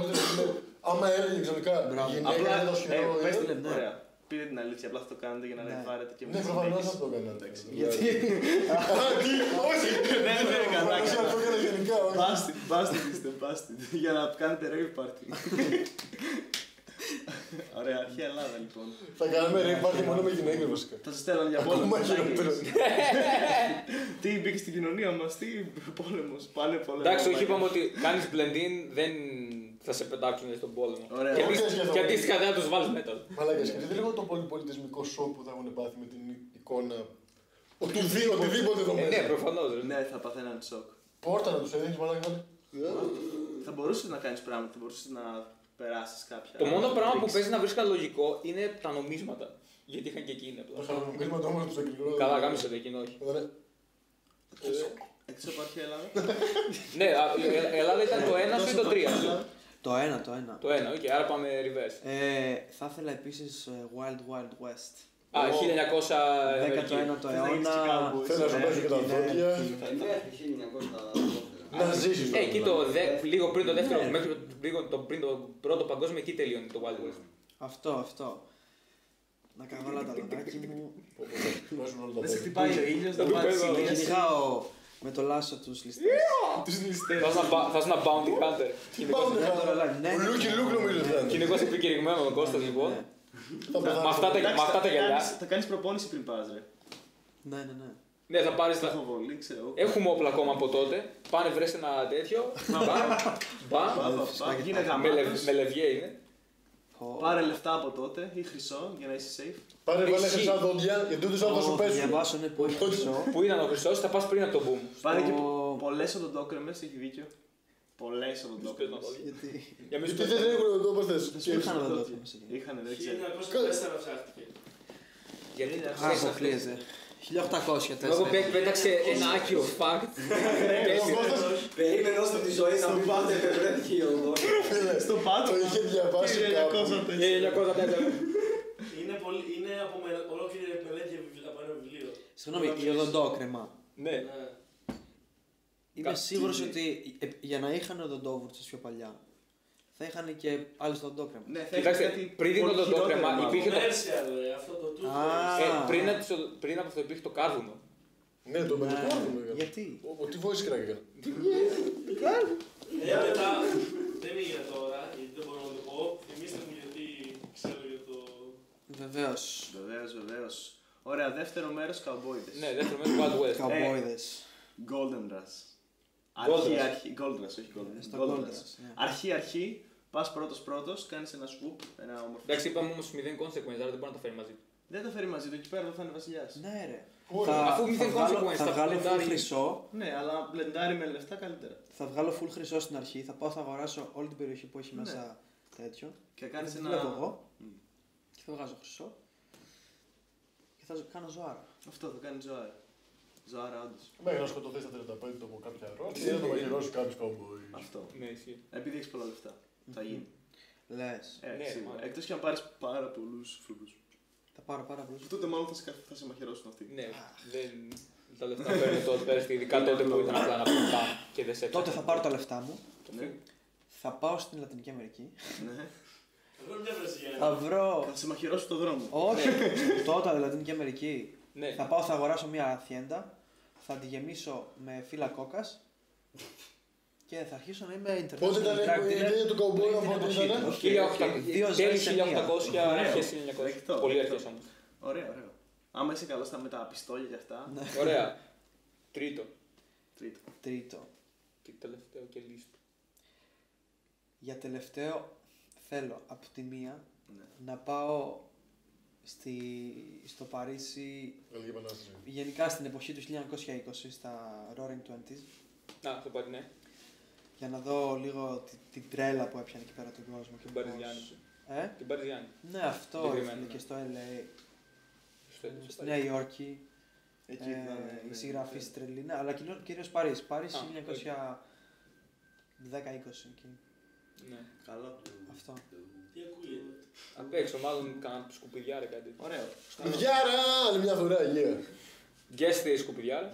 D: Άμα έλεγε ξαφνικά.
C: Μπράβο.
D: Γυναίκα
A: Απλά,
D: ήταν το
A: ε,
D: σχεδόν.
A: πες
C: ε,
A: την,
C: ναι.
A: ωραία. Πείτε την αλήθεια, απλά θα το κάνετε για να
C: Ναι.
A: ρεβάρετε και με
D: Ναι,
A: τις
D: προφανώ
A: γυναίκες.
D: αυτό έκανα.
A: Εντάξει.
D: Γιατί. Όχι!
A: Ναι, ναι, καλά,
D: Προφανώς
A: καλά.
D: Αυτό έκανα γενικά, όχι.
A: Bastard, bastard είστε, bastard. Για να κάνετε rave party. Ωραία, αρχαία Ελλάδα λοιπόν.
D: Θα κάναμε ρε πάρτι μόνο με γυναίκες βασικά.
A: Θα σας στέλνω για πόλεμο.
D: Ακόμα χειρότερος.
A: Τι μπήκε στην κοινωνία μας, τι πόλεμος. Πάνε πόλεμο.
B: Εντάξει, όχι είπαμε ότι κάνεις blend-in, δεν θα σε πετάξουν στον πόλεμο.
A: Ωραία.
B: Και
D: Όχι,
B: αντίστοιχα-
D: σχεδόν.
B: Και αντίστοιχα δεν θα τους βάλεις metal.
D: Μαλάκα, σκεφτείτε λίγο το πολυπολιτισμικό σοκ που θα έχουν πάθει με την εικόνα. Οτιδή- Οτιδήποτε εδώ
B: Ε, ναι,
D: μέσα.
B: προφανώ.
A: Ναι, θα παθαίναν σοκ.
D: Πόρτα να τους έδινες μαλάκα. βάλε.
A: Θα μπορούσες να κάνεις πράγματα, θα μπορούσες να περάσεις κάποια.
B: Το μόνο πράγμα που
A: tricks.
B: παίζει να βρίσκα λογικό είναι τα νομίσματα. Γιατί είχαν και εκείνα
D: Το
B: απλά.
D: χαρακτηρισμό του όμως τους εκκληρώνω.
B: Καλά, κάμισε το εκείνο, όχι.
D: Ήταν
A: Εκτό από αρχαία Ελλάδα.
B: ναι, α, η Ελλάδα ήταν το 1 ή το 3.
C: Το ένα, το ένα.
B: Το 1, οκ, άρα πάμε reverse.
C: Ε, θα ήθελα επίσης Wild Wild West.
B: Α, 1900 Αμερική.
C: 19ο
A: Θες να έχεις
C: αιώνα.
A: Chicago,
D: Θέλω να σου
A: ε,
D: πέσω και τα
C: ναι,
D: δόντια.
E: Θα είναι 1900.
D: Να ζήσει.
B: Ε, εκεί το δε, λίγο πριν το δεύτερο,
C: Ναι.
B: μέχρι το, λίγο το, πριν το πρώτο παγκόσμιο, εκεί τελειώνει το Wild West.
C: Αυτό, αυτό. Να κάνω όλα τα λαδάκι μου.
A: Δεν σε χτυπάει ο ήλιος, δεν
B: Το
A: πάει
B: παίζω.
A: σύγκριση.
C: Κυνηγάω με το λάσο τους ληστές.
A: Τους ληστές.
B: Θα είσαι ένα ba- θα είσαι ένα bounty hunter. Κυνηγός-
D: Ο Λούκι Λούκ νομίζω ότι θα είναι.
B: Κυνηγός επικηρυγμένο ο Κώστας
C: Ναι,
B: λοιπόν.
D: Θα πεθάνω.
B: Με αυτά τα-
A: Εντάξει,
B: με αυτά
A: θα
B: τα
A: κάνεις-
B: γυαλιά.
A: Θα κάνεις προπόνηση πριν πας, ρε.
C: Ναι, ναι, ναι.
B: Ναι, θα πάρεις τα...
A: Έχω βολή, ξέρω. εγώ.
B: Έχουμε όπλα ακόμα από τότε. Πάνε βρες ένα τέτοιο. Μπα. Μπα.
A: Πα, πα, πα,
C: φυσικά και
A: Γίνε
B: Με λευ-
A: γαμάτος.
B: Με λευγέ είναι.
C: Πω.
A: Πάρε λεφτά από τότε ή χρυσό για να είσαι safe.
D: Πάρε βάλε
B: Εσύ.
D: χρυσά δόντια γιατί ούτε σαν
C: Πω,
D: θα σου
C: θα
D: πέσουν.
C: διαβάσω, ναι, που έχει
D: Όχι.
C: χρυσό.
B: Πού ήταν ο Χρυσός, θα πας πριν από το boom.
A: Πάρε και
C: Στο-
A: πολλές οδοντόκρεμες, έχει δίκιο. Πολλές οδοντόκρεμες.
C: Γιατί.
B: Για μη σου
D: Γιατί
B: πω.
D: δεν έχουν εδώ όπως θες.
C: Δεν σου
D: Και-
C: είχαν να το μέσα εκεί.
A: Είχανε, δεν ξέρω.
F: 1904 ψάχτηκε.
B: Γιατί το
C: Α,
B: ξέρεις αυτό.
C: αποκλείεται. 1800
B: Εγώ
C: τέσσερα.
B: πέταξε ένα άκυρο fact.
D: Ο Κώστας,
E: Περίμενε ώστε τη ζωή να μην πάτε εφευρέθηκε η οδό.
D: φίλε,
A: Στο πάτο.
D: Το είχε διαβάσει κάπου.
F: Είναι, πολύ, είναι από με, ολόκληρη μελέτη βιβλ- από ένα βιβλίο.
C: Συγγνώμη, η οδοντόκρεμα.
B: Ναι.
F: Ναι.
C: Είμαι
B: Κα-
C: σίγουρος
A: τι-
C: ότι ε, για να είχαν οδοντόβουρτσες πιο παλιά, θα είχαν και άλλες οδοντόκρεμα.
A: Ναι, θα
B: Κοιτάξτε,
A: έχει κάτι
B: πριν δίνω
A: πολύ
B: το
A: χειρότερο,
B: δόκρεμα,
A: μάλλον.
B: υπήρχε- Είχε το-
F: Commercial, ρε, αυτό το τούτο.
C: Α.
B: Ε, πριν, από το- πριν από αυτό υπήρχε το κάρβουνο.
D: Ναι, το
C: Ναι.
D: μετακόβουμε.
C: Γιατί.
D: Τι βόηση κράκακα.
F: Ε, μετά, δεν είναι για τώρα, γιατί δεν μπορώ να το πω. Θυμήστε μου γιατί ξέρω για το...
C: Βεβαίως.
A: Βεβαίως, βεβαίως. Ωραία, δεύτερο μέρος καουμπόιδε.
B: Ναι, δεύτερο μέρος Wild
C: Ε,
B: West.
C: Καουμπόιδες.
A: Golden Rush.
B: Gold
A: Αρχή,
B: Rush.
A: αρχή. Gold Rush, όχι Golden.
C: Στο
A: Gold
C: Gold
A: Rush.
C: Rush, ναι.
A: Αρχή, αρχή. Πας πρώτος πρώτος, κάνεις ένα swoop, ένα όμορφο.
B: Εντάξει, είπαμε όμως 0 consequence, άρα δεν μπορεί να τα φέρει μαζί. του.
A: Δεν τα φέρει μαζί του, εκεί πέρα θα είναι βασιλιάς.
C: Ναι ρε.
D: Ωραία.
C: Θα,
B: Αφού μη
C: θα
B: δεν
C: βγάλω,
B: consequence,
C: θα
B: θα
C: βγάλω full
B: ποντάρει.
C: χρυσό,
A: Ναι, αλλά μπλεντάρει με λεφτά καλύτερα.
C: θα βγάλω full χρυσό στην αρχή, θα πάω, θα αγοράσω όλη την περιοχή που έχει
A: Ναι.
C: μέσα τέτοιο.
A: Και κάνεις
C: Δεν
A: ένα.
C: βλέπω εγώ.
A: Μμ.
C: Και θα βγάζω χρυσό. Και θα ζω- κάνω ζωάρα.
A: Αυτό θα κάνει ζωάρα. Ζωάρα, όντως.
D: Μέχρι να σκοτωθείς στα 35 από κάποια ερώτηση. Δεν θα μαγειρώσει κάποιος κόμποι.
A: Αυτό.
B: Ναι, ισχύει.
A: Επειδή έχεις πολλά λεφτά. Θα γίνει.
C: Λες.
B: Ναι,
A: Ε,
B: μάλλον.
A: Εκτός και αν πάρεις πάρα πολλούς φρούγκους.
C: Θα πάρω πάρα πολύ.
A: Τότε μάλλον θα σε, κα- θα σε μαχαιρώσουν αυτοί.
B: Ναι, δεν. Τα λεφτά παίρνουν τότε, πέρυσι, ειδικά τότε που ήταν απλά να πάνε και δεν σε
C: Ε, Τότε
B: έπαιρνε.
C: θα πάρω τα λεφτά μου,
A: Ναι.
C: θα πάω στην Λατινική Αμερική,
A: ναι.
F: Εγώ δεν βρες για
C: θα βρω.
A: Θα σε μαχαιρώσουν τον δρόμο.
C: Όχι, τότε Λατινική Αμερική.
B: Ναι,
C: Θα πάω, θα αγοράσω μια αθιέντα, θα τη γεμίσω με φύλλα κόκας και θα αρχίσω να είμαι international
D: Πότε ήταν
C: drug
D: η
C: dealer.
D: ιδέα του κομπόι
C: Πριν
D: από
C: την
D: πότε
C: εποχή
D: ήταν.
C: του.
B: 1800,
C: Δύο
B: τέλη
C: ζωές σε μία.
B: 1800,
A: Ωραίο.
B: αρχές
A: Δεκτό.
B: 1900. Πολύ αρχές όμως.
A: Ωραία, ωραίο. Άμα είσαι καλός στα με τα πιστόλια και αυτά.
C: Ναι.
B: Ωραία. Τρίτο.
A: Τρίτο.
C: Τρίτο.
B: Και τελευταίο και λύστο.
C: Για τελευταίο θέλω από τη μία
A: Ναι.
C: να πάω στη, στο Παρίσι,
D: Γαλλική Επανάσταση.
C: γενικά στην εποχή του 1920, στα Roaring Twenties,
B: Να, το πάρει ναι.
C: για να δω λίγο τη- την τρέλα που έπιανε εκεί πέρα τον κόσμο. και
B: Την
C: πώς-
B: Παριζιάνη.
C: Ε?
B: Την Παριζιάνη.
C: Ναι, αυτό
B: Συγκεκριμένα,
C: έφυγε
B: ναι.
C: και στο LA,
B: Στο
A: Ε,
B: έτσι, στο
C: στη Νέα Υόρκη,
A: Εκεί
C: ε,
A: ήταν. ναι,
C: οι
A: ναι,
C: συγγραφείς
A: ναι.
C: τρελή, ναι, αλλά κυρίω κυρίως Παρίσι, Παρίσι
B: Α,
C: 1910-20 εκεί,
B: Ναι.
A: ε, Καλό.
C: αυτό.
F: Τι ακούγεται.
B: Απ' έξω, μάλλον κάνα σκουπιδιάρα κάτι τέτοιο.
A: Ωραίο.
D: Σκουδιάρα! Άλλη μια φορά, γεια.
B: Guess the σκουπιδιάρα.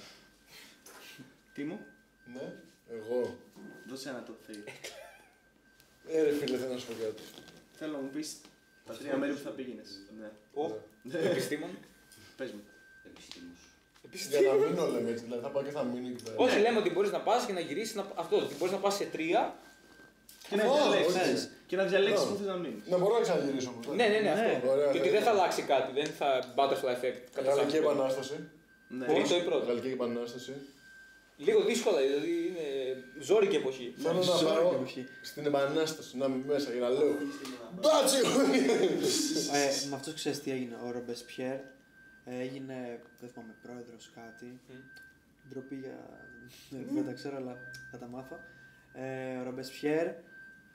A: Τι μου,
D: Ναι, εγώ.
A: δώσε ένα top 3.
D: Ε, ρε φίλε, θέλω να σου πω κάτι.
A: Ε, Θέλω να μου πεις τα τρία μέρη που θα πήγαινες. Ναι.
B: Ο επιστήμον.
A: Πες μου.
E: Επιστήμος.
D: Για να μείνω λέμε έτσι, δηλαδή θα πάω και θα μείνω εκεί πέρα.
B: Όχι, λέμε ότι μπορείς να πας και να γυρίσεις. Να... Αυτό, ότι μπορείς να πας σε τρία.
A: Και να
D: Ω,
A: διαλέξει.
D: όχι.
A: Και να διαλέξεις
D: Ω.
A: που θες να μείνεις.
D: Να μπορώ να ξαναγυρίσω όμως.
B: Ναι, ναι, ναι,
C: Ναι.
B: αυτό.
D: Ωραία,
B: και ότι
D: ναι.
B: δεν θα αλλάξει κάτι. Δεν θα butterfly effect. κατά
D: Γαλλική
B: σαν-
D: Επανάσταση.
A: Ναι.
B: Τρίτο ή πρώτο.
D: Γαλλική Επανάσταση.
B: Λίγο δύσκολα, δηλαδή είναι ζόρικη εποχή.
D: Θέλω να
C: Ζόρικη
D: πάω
C: εποχή.
D: στην Επανάσταση, να είμαι μέσα για να λέω.
E: Σήμερα.
D: Μπάτσι!
C: Ε, με αυτό ξέρεις τι έγινε. Ο Ρομπεσπιέρ ε, έγινε, δεν θυμάμαι, πρόεδρος κάτι.
B: Μμ.
C: Ντροπή για. δεν τα ξέρω, αλλά θα τα μάθω. Ε, ο Ρομπεσπιέρ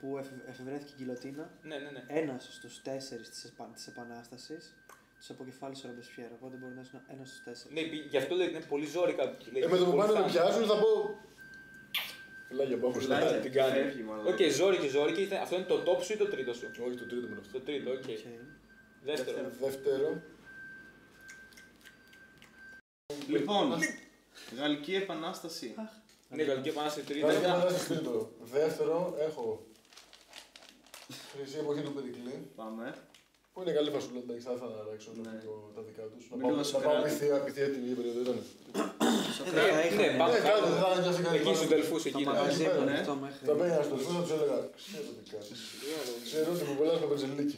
C: που εφε- εφευρέθηκε η γκυλοτίνα,
B: Ναι, ναι, ναι.
C: ένας στους τέσσερις της επανάσταση, Του αποκεφάλισε ο Ρομπεσφιέρα, οπότε μπορεί να είναι ένας στους τέσσερις.
B: Ναι, γι' αυτό λέει ότι είναι πολύ ζώρικα. λέει,
D: Ε, με το που
B: πολύ
D: πάνε να
B: φαν.
D: πιάσουν θα πω. Φυλάκια πάω μπροστά.
B: Φυλάκια. την κάνει.
A: Φεύγει, μάλλον.
B: Οκ, ζώρικη, ζώρικη. ήταν- Αυτό είναι το top σου ή το τρίτο σου.
D: Όχι, το τρίτο μου είναι αυτό.
B: Το τρίτο, οκ. Δεύτερο.
D: Δεύτερο.
A: Λοιπόν, Γαλλική Επανάσταση.
B: Ναι, Γαλλική Επανάσταση τρίτο.
D: Δεύτερο, τρίτο. Δεύτερο έχω. Χρυσή εποχή του Πεντικλή.
A: Πάμε.
D: Που είναι καλή φασούλα, εντάξει, θα ήθελα να αλλάξω
A: Ναι.
D: λίγο τα δικά τους. Να
A: Μιλούμε
D: πάω- Να
A: Σοκράτη.
D: πάω πυθία, πυθία την ίδια περίοδο ήταν.
B: Ναι, ναι,
D: Ναι,
B: πάμε.
D: κάτω, δεν θα έκανες κάτι
B: Εκεί στου
D: άλλο.
B: Δελφού,
C: Το
B: εκεί.
C: μαγαζί
D: εκεί,
C: ήταν
A: ναι.
C: αυτό μέχρι.
D: Θα πήγαινα στο σπίτι, θα τους έλεγα. Ξέρω τι κάνεις. Ξέρω ότι μου βολάς με Μπετζελίκη.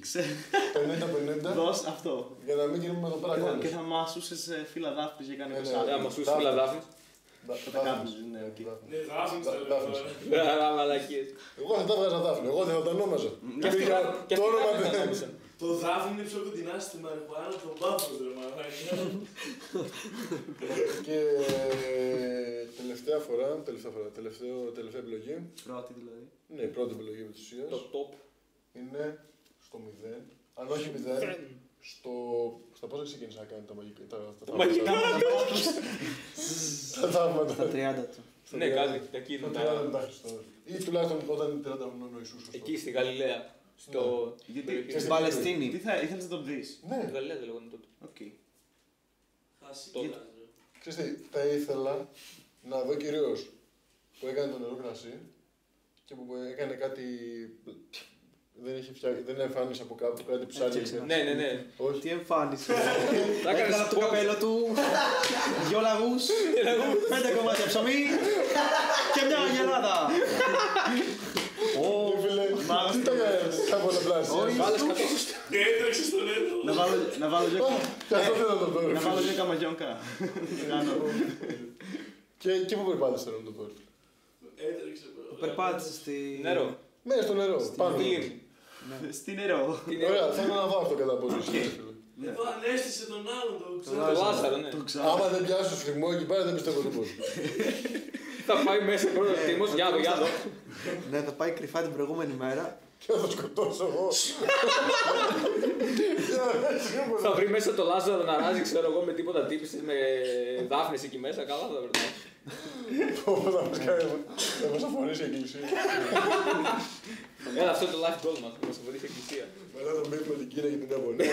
D: 50-50.
A: Δώσ' αυτό.
D: Για να μην γίνουμε εδώ πέρα κόλλες.
A: Και θα μάσουσες ε, φύλλα δάφνης για κάνει
D: Ναι, Ε, ναι.
B: Ναι,
A: κοσάτα.
B: μα σου φύλλα δάφνης.
D: Δα-
A: Θα τα
D: δάφνης.
A: κάνεις, ναι, οκ.
F: Ναι, δάφνη στα λέω
D: Δάφνης.
F: τώρα.
B: Μπράβο, μαλακίες.
D: Εγώ θα τα έβγαζα δάφνη, εγώ δεν θα τα ονόμαζα.
B: Και αυτή
D: Πήγα-
B: και
D: το
B: αυτή
D: όνομα
B: δεν
D: δεν-
B: ανάμισαν.
F: Το δάφνη είναι πιο κοντινά στη μαριχουάνα από τον πάφο, ρε μαλάκα.
D: Και τελευταία φορά, τελευταία φορά, τελευταίο, τελευταία επιλογή,
A: Πρώτη δηλαδή.
D: ναι η πρώτη επιλογή με της ουσίας,
B: Το top.
D: είναι στο 0, αν όχι 0, στο... Στα πόσα ξεκίνησε να κάνει τα μαγικά, τα, τα, τα
B: μαγικά.
D: τα θαύματα.
C: Στα 30 του.
D: Στα
B: Ναι,
D: τριάντα.
B: κάτι. Κακή
D: Στα
B: είναι
D: 30
B: τα.
D: μετά Χριστό. Ή τουλάχιστον όταν είναι 30 χρονών ο Ιησούς. σωστό.
B: Εκεί στη Γαλιλαία. Στο.
D: Ναι.
A: Γιατί-
D: Και
C: Στην
D: στην
A: Τι
C: Παλαιστίνη.
A: θα ήθελες να τον δεις.
D: Ναι,
B: Γαλιλαία δεν λέγονται τότε.
A: Οκ.
F: Χασίλα.
D: ξέρεις τι, θα ήθελα να δω κυρίως που έκανε το νερό κρασί και που έκανε κάτι... Δεν είχε φτιάξει, δεν εμφάνισε από κάπου κάτι ψάρι.
C: Έτσι,
B: Ναι, ναι, ναι.
D: Όχι.
C: Τι εμφάνιση.
B: Τα έκανες
C: Έκανα από το
B: spot.
C: καπέλο του. Δυο λαγούς. Πέντε κομμάτια ψωμί. Και μια αγελάδα.
D: Ω, φίλε, τι τα κάνεις, τα πολλαπλάσια.
A: Όχι.
D: Βάλε-
F: Έτρεξε στον έδρο.
A: Να βάλω- Να βάλω
D: Α,
A: δύο-
D: και αυτό θέλω να το πω, ρε
A: να βάλω
D: φίλε.
A: δύο καμαγιόνκα. Το κάνω.
D: Και και πού περπάτησες θέλω να το πω. ρε φίλε.
F: Έτρεξε,
C: Το
F: bro.
C: περπάτησε στη.
B: Νερό.
D: Ναι, στο νερό, πάνω.
B: Φιλίμ.
C: Ναι.
A: Στη νερό.
B: Τι είναι.
D: Ωραία, θέλω να δω αυτό κατά πόσο ισχύει, ρε φίλε.
F: Εδώ ανέστησε τον άλλον, τον
B: Το
F: ξέρω.
B: Λάζαρο, ναι.
A: Το ξέρω.
D: Άμα δεν πιάσω σφιγμό εκεί πέρα δεν πιστεύω τίποτα.
B: Θα πάει μέσα πρώτο τίμο. Για δω, για δω.
C: Ναι, θα πάει κρυφά την προηγούμενη μέρα.
D: Και θα το σκοτώσω εγώ.
B: Θα βρει μέσα το Λάζαρο να ράζει, ξέρω εγώ, με τίποτα τύπησε με δάφνες εκεί μέσα. Καλά θα βρει.
D: Πω, πω, θα μας κάνει- Θα μας αφορήσει η εκκλησία.
B: Έλα, αυτό είναι το life goal μας που μα βοηθήσει η εκκλησία.
D: Μετά θα μπει με την Κίνα και την Ιαπωνία.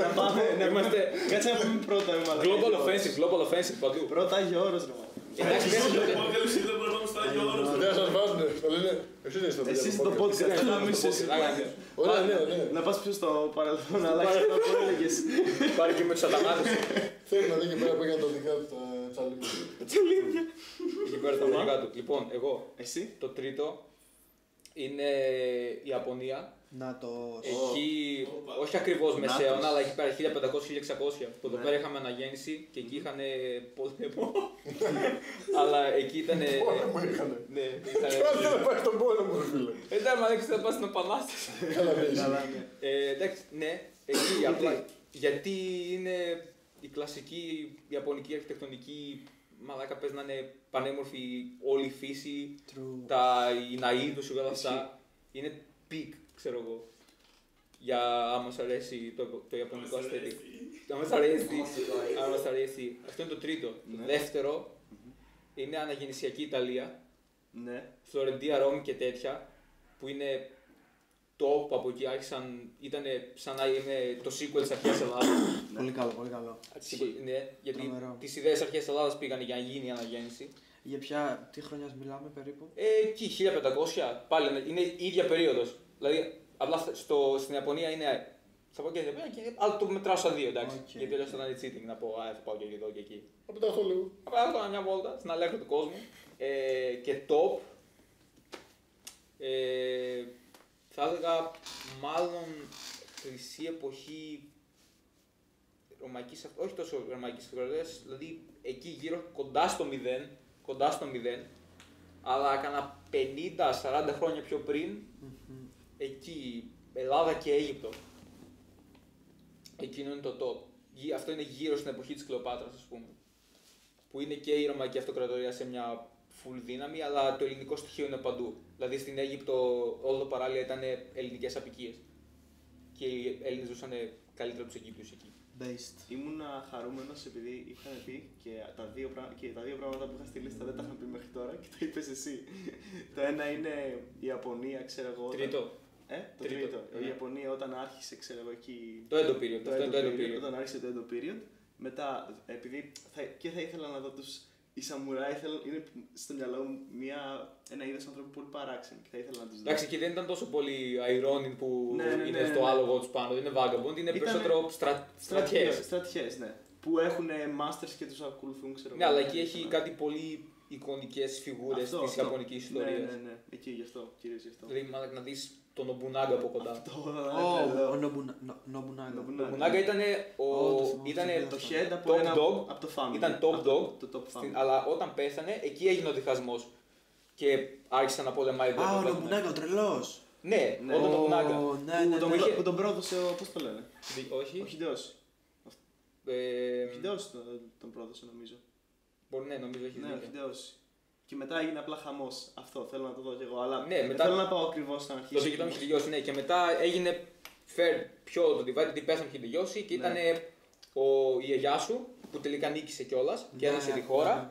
A: Να πάμε. να-
B: Είμαστε
A: Κάτσε να πούμε πρώτα. ρε μαλάκα.
B: global offensive, global offensive παντού.
A: Πρώτα για όρος, ρε μαλάκα.
B: Εντάξει, δεν είναι
F: Εγώ καλούς ήρθατε, μπορώ να μου στάγει ο όρος.
D: Δεν θα σας βάζουνε. Θα λένε, εσείς είστε το
A: Εσύ
D: podcast.
A: στο podcast να μην
B: το
A: σε-
B: podcast.
D: Ωραία, ναι, ναι.
A: Να πας πιο στο παρελθόν, να αλλάξεις αυτά που έλεγες.
B: Πάρε και με τους σατανάδε.
D: Θέλω να δει και πέρα που έκανε τα δικά τους τα τσαλίπια.
B: Εκεί πέρα τα μαγικά του. Λοιπόν, εγώ
A: Εσύ.
B: το τρίτο είναι η Ιαπωνία.
C: Να το.
B: Εκεί,
F: Όπα.
B: όχι ακριβώς
A: Νάτος.
B: μεσαίωνα, αλλά εκεί πέρα 1500-1600. Που εδώ
A: Ναι.
B: πέρα είχαμε αναγέννηση και εκεί είχαν πόλεμο. Αλλά εκεί ήταν.
D: Πόλεμο είχανε.
B: Ναι,
D: Ποιος
B: ήταν. Ε,
D: δεν πάει στον ε, πόλεμο, ρε φίλε.
B: Εντάξει, μα δεν ξέρω, θα πας στην Επανάσταση.
D: Καλά, ναι, εσύ.
A: Καλά, ναι.
B: Ε, εντάξει, ναι, εκεί απλά. Γιατί είναι η κλασική ιαπωνική αρχιτεκτονική μαλάκα πες να είναι πανέμορφη όλη η φύση,
C: True.
B: τα, οι ναοί τους και όλα αυτά. Είναι peak, ξέρω εγώ. Για άμα σ' αρέσει το, το ιαπωνικό aesthetic. Άμα σ' αρέσει, άμα σ' αρέσει. Αυτό είναι το τρίτο. Το
A: Ναι.
B: δεύτερο είναι αναγεννησιακή Ιταλία.
A: Ναι.
B: Φλωρεντία, Ρώμη και τέτοια, που είναι top από εκεί άρχισαν, ήταν σαν να είναι το sequel της αρχαίας Ελλάδας.
C: Πολύ καλό, πολύ καλό.
B: Sequel, ναι, γιατί
C: Τρομερό.
B: τις ιδέες αρχαίας Ελλάδας πήγαν για να γίνει η αναγέννηση.
C: Για ποια. Τι χρονιάς μιλάμε περίπου.
B: Ε, εκεί 1500, πάλι είναι η ίδια περίοδος. Δηλαδή, απλά στα- στο, στην Ιαπωνία είναι, θα πω και στην Ιαπωνία, και- αλλά το μετράω στα δύο, εντάξει.
C: Οκ.
B: Γιατί αλλιώς θα ήταν cheating να πω, α, θα πάω και εδώ και εκεί.
D: Θα πεταχώ λίγο.
B: Θα πάω τώρα μια βόλτα στην αλέκτρο του κόσμου ε, και top. Ε, θα έλεγα μάλλον χρυσή εποχή ρωμαϊκής, αυ- όχι τόσο ρωμαϊκής αυτοκρατορίας, δηλαδή εκεί γύρω κοντά στο 0, κοντά στο 0, αλλά κάνα 50-40 χρόνια πιο πριν, εκεί Ελλάδα και Αίγυπτο. Εκείνο είναι το top. Γι- Αυτό είναι γύρω στην εποχή της Κλεοπάτρας, ας πούμε που είναι και η Ρωμαϊκή Αυτοκρατορία σε μια full δύναμη, αλλά το ελληνικό στοιχείο είναι παντού. Δηλαδή στην Αίγυπτο όλο το παράλια ήταν ελληνικές απικίες. Και οι Έλληνες ζούσαν καλύτερα από τους Αιγύπτιους εκεί.
C: Based.
A: Ήμουνα χαρούμενος επειδή είχαν πει και τα, δύο, πρά- και τα δύο πράγματα που είχα στη λίστα δεν τα είχαν πει μέχρι τώρα και τα είπες εσύ. το ένα είναι η Ιαπωνία, ξέρω εγώ. όταν-
B: Τρίτο.
A: Ε, το
B: Τρίτο,
A: τρίτο.
B: ναι.
A: Η Ιαπωνία όταν άρχισε, ξέρω εγώ, εκεί.
B: Το έντο period, αυτό είναι το
A: έντο
B: έντο period.
A: Όταν άρχισε το έντο period. Μετά, επειδή θα, και θα ήθελα να δω τους. Οι σαμουράι θέλω, είναι στο μυαλό μου μια, ένα είδος ανθρώπου πολύ παράξενο και θα ήθελα να τους δω.
B: Εντάξει, και δεν ήταν τόσο πολύ Ironian που
A: Ναι, ναι,
B: είναι
A: ναι,
B: στο
A: ναι.
B: άλογο τους πάνω, δεν είναι Vagabond, είναι
A: Ήτανε-
B: περισσότερο στρα...
A: Στρατιές.
B: στρατιές.
A: Στρατιές, ναι. Που έχουν masters και τους ακολουθούν, ξέρω
B: Ναι, αλλά εκεί έχει κάτι πολύ εικονικές φιγούρες
A: Αυτό,
B: της
A: αυτό.
B: Ιαπωνικής ιστορία.
A: ιστορία. Ναι, ναι, ναι. Εκεί γι' αυτό, κυρίως γι' αυτό.
B: Δηλαδή, μάλλον να δεις τον Νομπουνάγκα από κοντά.
A: ε, Το
C: Ω, Ο
A: τρελό.
C: Νομπουνα- Νο- Νομπουνάγκα.
A: Νομπουνα-
B: Ο Νομπουνάγκα ήταν
C: Ω, το
B: ο.
C: θυμάμαι,
B: Ήτανε
C: θυμάμαι.
A: Το
B: το...
A: head από
B: Top
A: ένα.
B: dog.
A: Από το family.
B: Ήταν top
A: Από
B: dog.
A: Το top
B: στην-
A: family.
B: Αλλά όταν πέθανε, εκεί έγινε ο διχασμός. Και άρχισε να πολεμάει δεν
C: Α, ο
B: πέθανε.
C: Νομπουνάγκα, ο τρελός.
B: Ναι,
A: Ναι.
B: ο Νομπουνάγκα.
C: Ω, Ναι, ναι,
A: Που τον
C: ναι.
B: είχε-
A: προ- Που τον πρόδωσε ο. Πώς το λένε.
B: Δι-
A: Ο
B: Όχι.
A: Χιντεός.
B: Ε,
A: Ο Χιντεός τον- τον πρόδωσε νομίζω.
B: Μπορεί, ναι, νομίζω έχει
A: Ναι, ο
B: δίκιο.
A: Χιντεός. Και μετά έγινε απλά χαμός. Αυτό θέλω να το δω κι εγώ. Αλλά
B: Ναι,
A: δεν
B: μετά-
A: θέλω να πάω ακριβώς στην αρχή.
B: Το ζητάμε είχε τελειώσει, ναι. Και μετά έγινε fair πιο το divide, γιατί πέσαμε είχε τελειώσει και ήταν
A: Ναι.
B: ο, η γιαγιά σου που τελικά νίκησε κιόλας και
C: Ναι,
B: έδωσε τη χώρα.
C: ναι.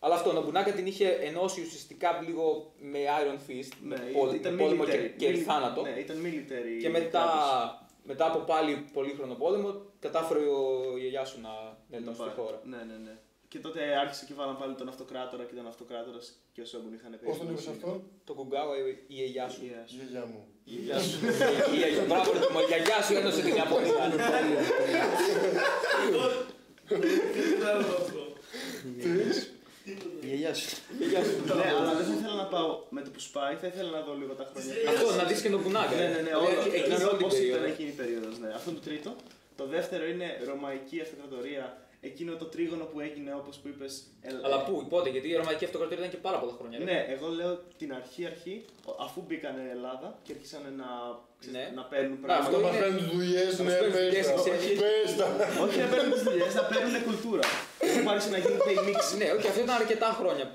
B: Αλλά αυτό, ο Νομπουνάκα την είχε ενώσει ουσιαστικά λίγο με Iron Fist,
A: Ναι,
B: με, πόλ-
A: ήταν
B: με πόλεμο και,
A: military-
B: και
A: mili-
B: θάνατο.
A: Ναι, ήταν military.
B: και μετά,
A: κράτος.
B: μετά από πάλι πολύχρονο πόλεμο, κατάφερε ο η γιαγιά σου να
A: Να
B: ενώσει τη
A: πάρει.
B: χώρα.
A: Ναι, ναι, ναι. Και τότε άρχισε και βάλαν πάλι τον αυτοκράτορα και τον αυτοκράτορας και ο Σόγκουν είχαν
D: Πώς τον είπε αυτό,
B: Το κουγκάω η η γιαγιά σου.
A: Γεια σου.
D: Γιαγιά μου.
A: Γεια σου.
B: Η γιαγιά- Μπράβο, ρε, μου, η γιαγιά σου ένωσε την Ιαπωνία.
F: Δεν θα δω αυτό.
C: ναι, Η γιαγιά σου.
B: Η γιαγιά σου.
A: Ναι, αλλά δεν θα ήθελα να πάω με το που σπάει, θα ήθελα να δω λίγο τα χρόνια.
B: Αυτό, να δεις και τον Κουνάγκα.
A: Ναι, ναι, ναι, όλο.
B: Εκείνη
A: Να δω
B: όλη την
A: πώς ήταν
B: περίοδο.
A: εκείνη η περίοδος. Ναι. Αυτό είναι το τρίτο. Το δεύτερο είναι Ρωμαϊκή Αυτοκρατορία. Εκείνο το τρίγωνο που έγινε όπως που είπες.
B: Αλλά πού, πότε, γιατί η Ρωμαϊκή Αυτοκρατορία ήταν και πάρα πολλά χρόνια. ρε.
A: Ναι, εγώ λέω την αρχή αρχή, αφού μπήκαν Ελλάδα και άρχισαν να, ξέρεις,
B: Ναι.
A: να παίρνουν
B: Να,
D: Να
B: αυτό
A: πράγματα.
D: μα
B: είναι-
D: φέρνουν τι δουλειέ,
B: μας
D: ναι,
B: παίρνουν
D: πες
B: δουλειές,
D: τα.
B: ξέρεις.
D: Πες τα.
A: Όχι να παίρνουν τι δουλειές, να παίρνουν κουλτούρα. Δεν πάρει να γίνεται η μίξη
B: Ναι, όχι, αυτό ήταν αρκετά χρόνια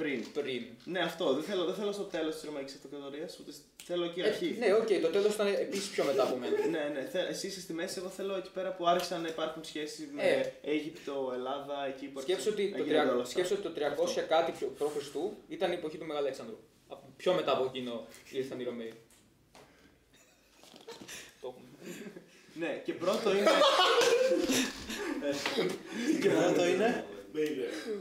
A: πριν.
B: πριν.
A: Ναι, αυτό. Δεν θέλω, δεν θέλω στο τέλος της Ρωμαϊκή Αυτοκρατορίας, ούτε σ- θέλω και η
B: Ε,
A: αρχή.
B: ναι, οκ, το τέλος ήταν επίσης πιο μετά από μένα.
A: Ναι, ναι. Θε, εσύ είσαι στη μέση, εγώ θέλω εκεί πέρα που άρχισαν να υπάρχουν σχέσεις με
B: Ε.
A: Αίγυπτο, Ελλάδα, εκεί που
B: Σκέψου ότι, το
A: να γίνονται
B: 300,
A: όλα αυτά.
B: σκέψου ότι το 300 κάτι πιο- π.Χ. ήταν η εποχή του Μεγαλέξανδρου. Από- Πιο μετά από εκείνο ήρθαν οι Ρωμαίοι. Το έχουμε.
A: Ναι, και πρώτο είναι.
C: Και μετά το είναι.
F: Baby.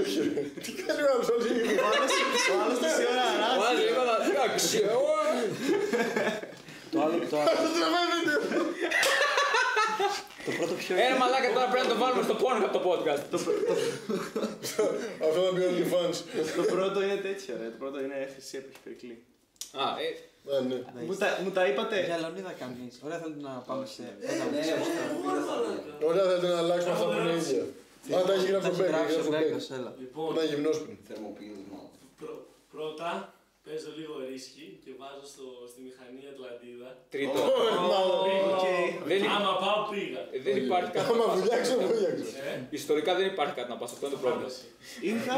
D: Όχι. ρε. Τι κάνει ο άλλος, όχι.
A: ο άλλος- ο άλλο τη ώρα αράζει.
B: Βάζει λίγο να φτιάξει.
C: Το άλλο, το άλλο.
D: Το τραβάει
C: Το πρώτο ποιο
B: Ένα
C: είναι.
B: μαλάκα τώρα πρέπει να το βάλουμε στο πόνο από το podcast.
A: Το, πρω- το,
D: Αυτό θα πει όλοι οι fans.
A: το πρώτο είναι τέτοιο, ρε. Το πρώτο είναι χρυσή εποχή Περικλή.
B: Α, ε,
D: Α, ναι.
A: Μου τα, μου τα είπατε.
C: Για Λεωνίδα κανείς. Ωραία, θέλετε να πάμε σε.
E: Ε, ναι, εγώ ρε μαλάκα.
D: Ωραία, θέλετε να αλλάξουμε αυτά που είναι ίδια. Αν τα έχει γράψει ο
C: Θα
D: Μπέκ,
C: γράψει ο
D: γράψει ο Μπέκ.
C: Μπέκος, έλα.
F: Λοιπόν,
D: Ένα γυμνόσπιν.
E: Θερμοπύλισμα.
F: πρω- πρώτα παίζω λίγο ρίσκι και βάζω στο, στη μηχανή Ατλαντίδα.
B: τρίτο.
A: Οκ.
B: Δεν είναι-
F: Άμα πάω πήγα.
B: Δεν υπάρχει κάτι.
D: Άμα βουλιάξω, βουλιάξω.
F: Ε,
B: Ιστορικά δεν υπάρχει κάτι να πας, αυτό είναι το πρόβλημα.
F: απάντηση.
A: Ίνκα.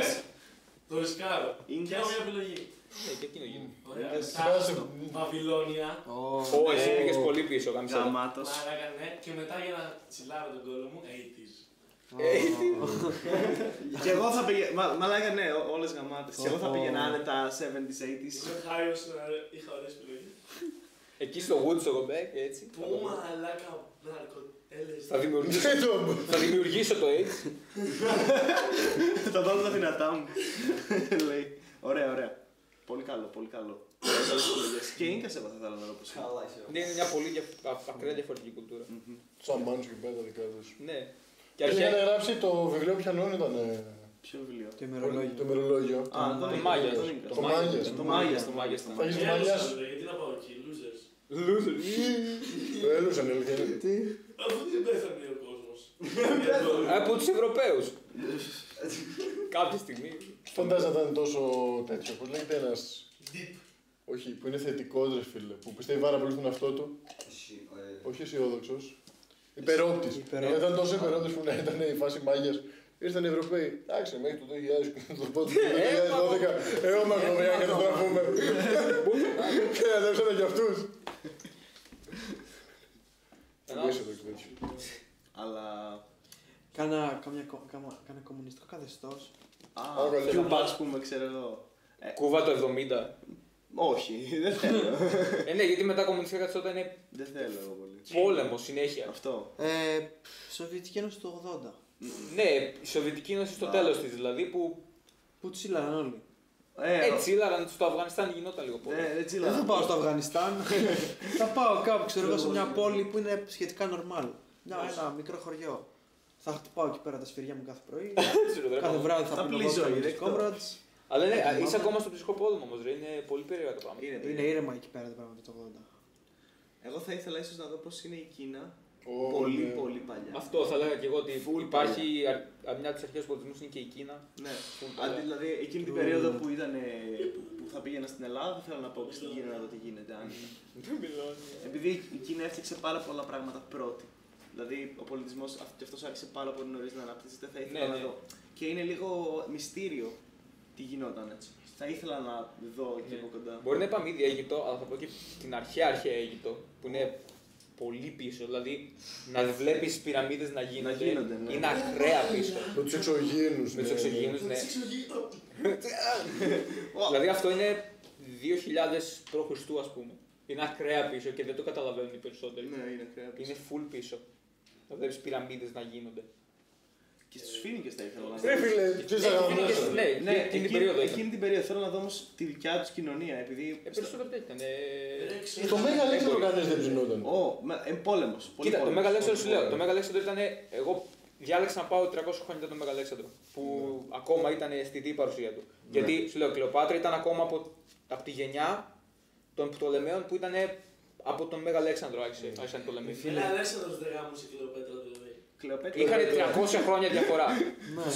F: Το ρισκάρω.
A: Ίνκας.
F: Και έχω μια επιλογή.
B: Ναι, και εκείνο γίνεται.
F: Ωραία.
A: Ίνκας.
F: Τάσο, Βαβυλώνια.
C: Ω,
B: Ω, εσύ
A: Ε,
B: πήγες πολύ πίσω, καμισό.
A: Γαμάτος.
F: Μαλάκα, ναι. Και μετά για να τσιλάρω τον κόλλο μου, 80s.
A: Και εγώ θα πήγαινα. Μα, μαλάκα, ναι, όλες γαμάτες. Και εγώ θα
C: Ω.
A: πήγαινα άνετα 70s, 80s.
F: Είμαι χάριος, ε, είχα ωραίες επιλογές.
B: Εκεί στο Woods, στο Quebec, έτσι. θα
F: Πού
B: το-
F: μαλάκα, ναρκοτέλες.
B: Θα δημιουργήσω,
D: Τι το
B: θα δημιουργήσω το AIDS.
A: Θα βάλω τα δυνατά μου. Λέει. Ωραία, ωραία. Πολύ καλό, πολύ καλό. Ωραίες όλες τις επιλογές. Και Ίνκας εγώ θα ήθελα να δω πώς είναι.
E: Καλά είσαι.
B: Ναι, είναι μια πολύ διαφ- α- ακραία διαφορετική κουλτούρα.
A: Μμμ.
D: Τσαμάνου και πέρα τα δικά τους.
B: Ναι. Και
D: Είχε
B: αρχαία.
D: γράψει το βιβλίο πιανών ήταν. ε,
A: Ποιο βιβλίο.
C: Το ημερολόγιο.
D: Το μερολόγιο.
A: Α,
C: Το
A: τον Ίνκα,
B: Μάγιας.
A: τον Ίνκα.
D: Το Μάγιας.
A: Το Μάγιας, το Μάγιας.
B: Το
D: Θα έχεις
F: Ε,
D: μαλλιάσει.
F: ρε, Γιατί να πάω εκεί, losers.
B: Loser.
D: Ε, Έλουσαν, αλήθεια είναι.
F: Αφού δεν πέθανε ο κόσμος.
B: Από τους Ευρωπαίους. Κάποια στιγμή.
D: Φαντάζομαι να ήταν τόσο τέτοιο. Πώ λέγεται ένας.
F: Deep.
D: Όχι, που είναι θετικός ρε φίλε. Που πιστεύει πάρα πολύ στον εαυτό του.
E: Εσύ, ε,
D: Όχι αισιόδοξος. Υπερόπτης.
C: Υπερόπτης.
D: Ήταν τόσο υπερόπτης που να ήταν η φάση μάγια. Ήρθαν οι Ευρωπαίοι. Εντάξει, μέχρι το 2000 το πρώτο, το 2012. Έρωμα κομμένα και το γραφούμε. Και αδέψανε κι αυτούς.
B: Ένα-
D: Είσαι το
B: τέτοιο.
A: Αλλά.
C: Κάνα, κάμια, κο- κάμα- κάνα κομμουνιστικό καθεστώς.
A: Α,
D: Άρα, λέμε.
A: Κιούμπα, α πούμε, ξέρω εγώ. Ε,
B: Κούβα το 70.
A: Όχι, δεν θέλω.
B: ε, ναι, γιατί μετά κομμουνιστικά καθεστώτα είναι
A: δεν θέλω εγώ πολύ.
B: πόλεμος συνέχεια.
A: Αυτό.
C: Ε, Σοβιετική Ένωση το 80.
B: ναι, η Σοβιετική Ένωση στο
A: Α.
B: τέλος της δηλαδή που
C: Που τσίλαραν όλοι.
A: Ε,
B: έτσι τσίλαραν στο Αφγανιστάν γινόταν λίγο πόλεμος.
A: Ναι, δεν
C: Δεν θα
A: τσιλάω.
C: πάω στο Αφγανιστάν. θα πάω κάπου, ξέρω εγώ, σε μια
A: Ναι.
C: πόλη που είναι σχετικά normal. Μια,
F: Ναι.
C: ένα μικρό χωριό. Θα χτυπάω εκεί πέρα τα σφυριά μου κάθε πρωί.
B: Ξέρω, ρε,
C: κάθε
B: πάμε.
C: βράδυ θα
A: Θα
C: πίνω
A: πλύζω,
C: βότκα με
A: είναι
C: τους
A: αυτό.
C: comrades.
B: Αλλά ναι,
C: Θυμάμαι.
B: είσαι ακόμα στο ψυχρό πόλεμο όμω, είναι πολύ περίεργα τα πράγματα.
A: Είναι,
C: Είναι
A: περίεργο.
C: ήρεμα εκεί πέρα τα πράγματα το 80.
A: Εγώ θα ήθελα ίσως να δω πώς είναι η Κίνα.
D: Ω,
A: πολύ,
D: ναι.
A: πολύ παλιά.
B: Αυτό θα λέγα και εγώ ότι
A: Full
B: υπάρχει αρ- α- μια από τις αρχές που αποτιμούσαν είναι και η Κίνα.
A: Ναι.
B: Full
A: Αντί,
B: παλιά.
A: δηλαδή εκείνη την
C: True.
A: περίοδο που, ήταν, ε, που θα πήγαινα στην Ελλάδα, δεν θέλω να πάω στην Κίνα να δω τι γίνεται. άνετα.
B: ναι.
A: Επειδή η Κίνα έφτιαξε πάρα πολλά πράγματα πρώτη. Δηλαδή ο πολιτισμός και αυτός άρχισε πάρα πολύ νωρίς να αναπτύσσεται. Θα ήθελα
B: Ναι,
A: να
B: ναι.
A: δω. Και είναι λίγο μυστήριο τι γινόταν έτσι. Θα ήθελα να δω εκεί
B: Ναι.
A: από κοντά.
B: Μπορεί να είπαμε ήδη Αίγυπτο, αλλά θα πω και την αρχαία αρχαία Αίγυπτο, που είναι πολύ πίσω. Δηλαδή να βλέπεις πυραμίδες να γίνονται.
A: γίνονται, ναι.
B: Είναι ακραία πίσω.
D: Με τους εξωγήινους.
B: Με τους εξωγήινους, ναι.
A: Ω,
B: δηλαδή αυτό είναι 2000 π.Χ. ας πούμε. Είναι ακραία πίσω και δεν το καταλαβαίνουν οι περισσότεροι.
A: Ναι, είναι κρέα.
B: Είναι full πίσω. Να βλέπεις πυραμίδες να γίνονται.
A: Και στους φοίνικε θα ήθελα να δω.
D: Ρε φίλε, τι
B: Ε,
D: θα
B: είναι και-
D: γαμνάσαι.
B: Ναι, ναι, εκείνη την περίοδο ήταν.
A: εκείνη την περίοδο θέλω να δω όμως τη δικιά τους κοινωνία. Επειδή.
B: Ε, περισσότερο τέτοια ήταν. ε,
D: Το Μέγα Αλέξανδρο κανένα δεν ψινόταν.
A: Ω, με- ε, πόλεμος. Πολύ
B: Κοίτα, το
A: πόλεμος.
B: Μέγα Αλέξανδρο
A: Πολύ
B: σου λέω. Το
A: πόλεμος.
B: Μέγα Αλέξανδρο ήταν. Εγώ διάλεξα να πάω 300 χρόνια μετά το Μέγα Αλέξανδρο. Που ακόμα ήταν αισθητή η παρουσία του.
A: Ναι.
B: Γιατί σου λέω, η Κλεοπάτρα ήταν ακόμα από, από τη γενιά των Πτολεμαίων που ήταν από τον Μέγα Αλέξανδρο. Άρχισε, άρχισαν οι Πτολεμαίοι.
F: Ένα Αλέξανδρος δεν γάμισε η Κλεοπέτρα δηλαδή.
A: Κλεοπέτρα.
B: Είχαν 300 χρόνια διαφορά.
C: Ναι.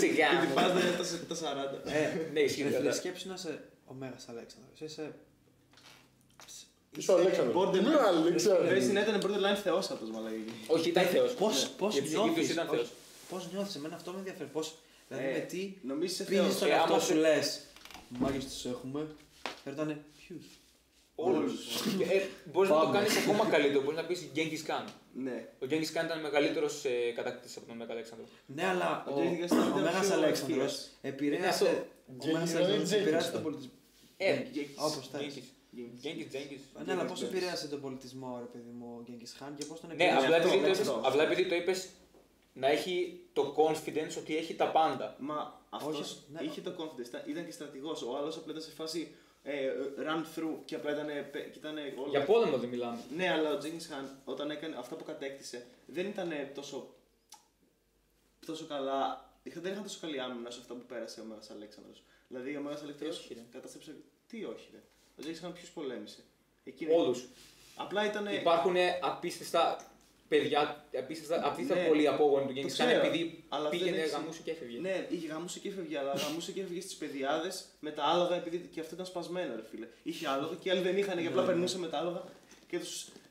B: Σιγά.
A: Και την
B: μου.
A: πάντα είναι τα- τα 40.
C: Ε,
B: Ναι, ισχύει.
C: ρε φίλε,
B: καλά.
C: σκέψου να είσαι ο Μέγας Αλέξανδρος. Είσαι...
D: Είσαι ο Αλέξανδρος.
A: Borderline.
D: Ναι,
B: ε,
D: Αλέξανδρο.
A: Πρέπει να ήταν borderline θεός αυτός μαλάκι.
B: Όχι, ήταν θεός.
C: Πώς, πώς
B: Για τις Αιγύπτιους
C: νιώθεις,
B: ήταν
C: όχι,
B: θεός.
C: πώς νιώθεις, εμένα αυτό με ενδιαφέρει. Πώς, δηλαδή
A: Ε,
C: με τι
A: Νομίζεις είσαι
C: πήγες
A: θεός.
C: στον
B: Ε,
C: εαυτό
B: άμα
C: σου
B: σε-
C: λες Μάγες τους έχουμε. Και ρωτάνε ποιους.
A: Όλους.
B: Μπορεί Ε, να το
C: Πάμε.
B: κάνεις ακόμα καλύτερο. Μπορείς να πεις Γκέγκη Κάν.
A: Ναι.
B: Ο Γκέγκη Κάν ήταν μεγαλύτερος κατακτητής από τον Μέγα Αλέξανδρο.
C: Ναι, αλλά
A: Ο
C: ο,
A: Τζέκης Καστέλ
C: ο
A: ήταν
C: Μέγας
A: πιο
C: Αλέξανδρος
A: ευθείας.
B: Είναι
C: επηρέασε... Ο
D: Τζέκης
C: Μέγας
D: ήταν
C: Αλέξανδρος
D: Τζέκης
C: επηρέασε
D: ήταν.
C: τον πολιτισμό.
B: Ε,
A: Γκέγκης.
C: Όπως θες.
B: Γκέγκης.
A: Γκέγκης.
B: Γκέγκης, Γκέγκης.
C: Ναι, αλλά πώς
A: Γκέγκης.
C: επηρέασε τον πολιτισμό, ρε παιδί μου, ο Γκέγκης Χάν και πώς τον
B: Ναι,
A: αυτό,
B: απλά επειδή, το
A: ναι,
B: είπες,
A: αυτό.
B: απλά επειδή το είπες να έχει το confidence ότι έχει τα πάντα.
A: Μα αυτός
C: Όχι, ναι.
A: είχε το confidence. Ήταν- Ήταν και στρατηγός. Ο άλλος απλά ήταν σε φάση ε, run through και απλά ήταν, ε, πε- και ήταν ε, όλα-
B: Για πόλεμο δεν μιλάμε.
A: Ναι, αλλά ο Jenkins Χάν όταν έκανε αυτά που κατέκτησε δεν ήταν τόσο, τόσο καλά. είχα- Δεν είχαν τόσο καλή άμυνα σε αυτά που πέρασε ο Μέγα Αλέξανδρος. Δηλαδή ο Μέγα Αλέξανδρο
B: όχι, ρε.
A: κατάστρεψε. Τι όχι, ρε. Ο Jenkins Χάν ποιου πολέμησε. Εκείνη...
B: Όλους.
A: Απλά ήταν.
B: Υπάρχουν απίστευτα παιδιά, απίστευτα, απίστευτα
A: Ναι.
B: πολλοί απόγονοι του
A: Το
B: Γκέγκης Χάν
A: ξέρω,
B: επειδή
A: αλλά δεν
B: πήγαινε,
A: έχεις-
B: γαμούσε και έφευγε.
A: Ναι, είχε γαμούσε και έφευγε, αλλά γαμούσε και έφευγε στις πεδιάδε με τα άλογα επειδή και αυτό ήταν σπασμένο, ρε φίλε. Είχε άλογα και οι άλλοι δεν είχαν και απλά
C: Ναι,
A: περνούσε με τα άλογα και τους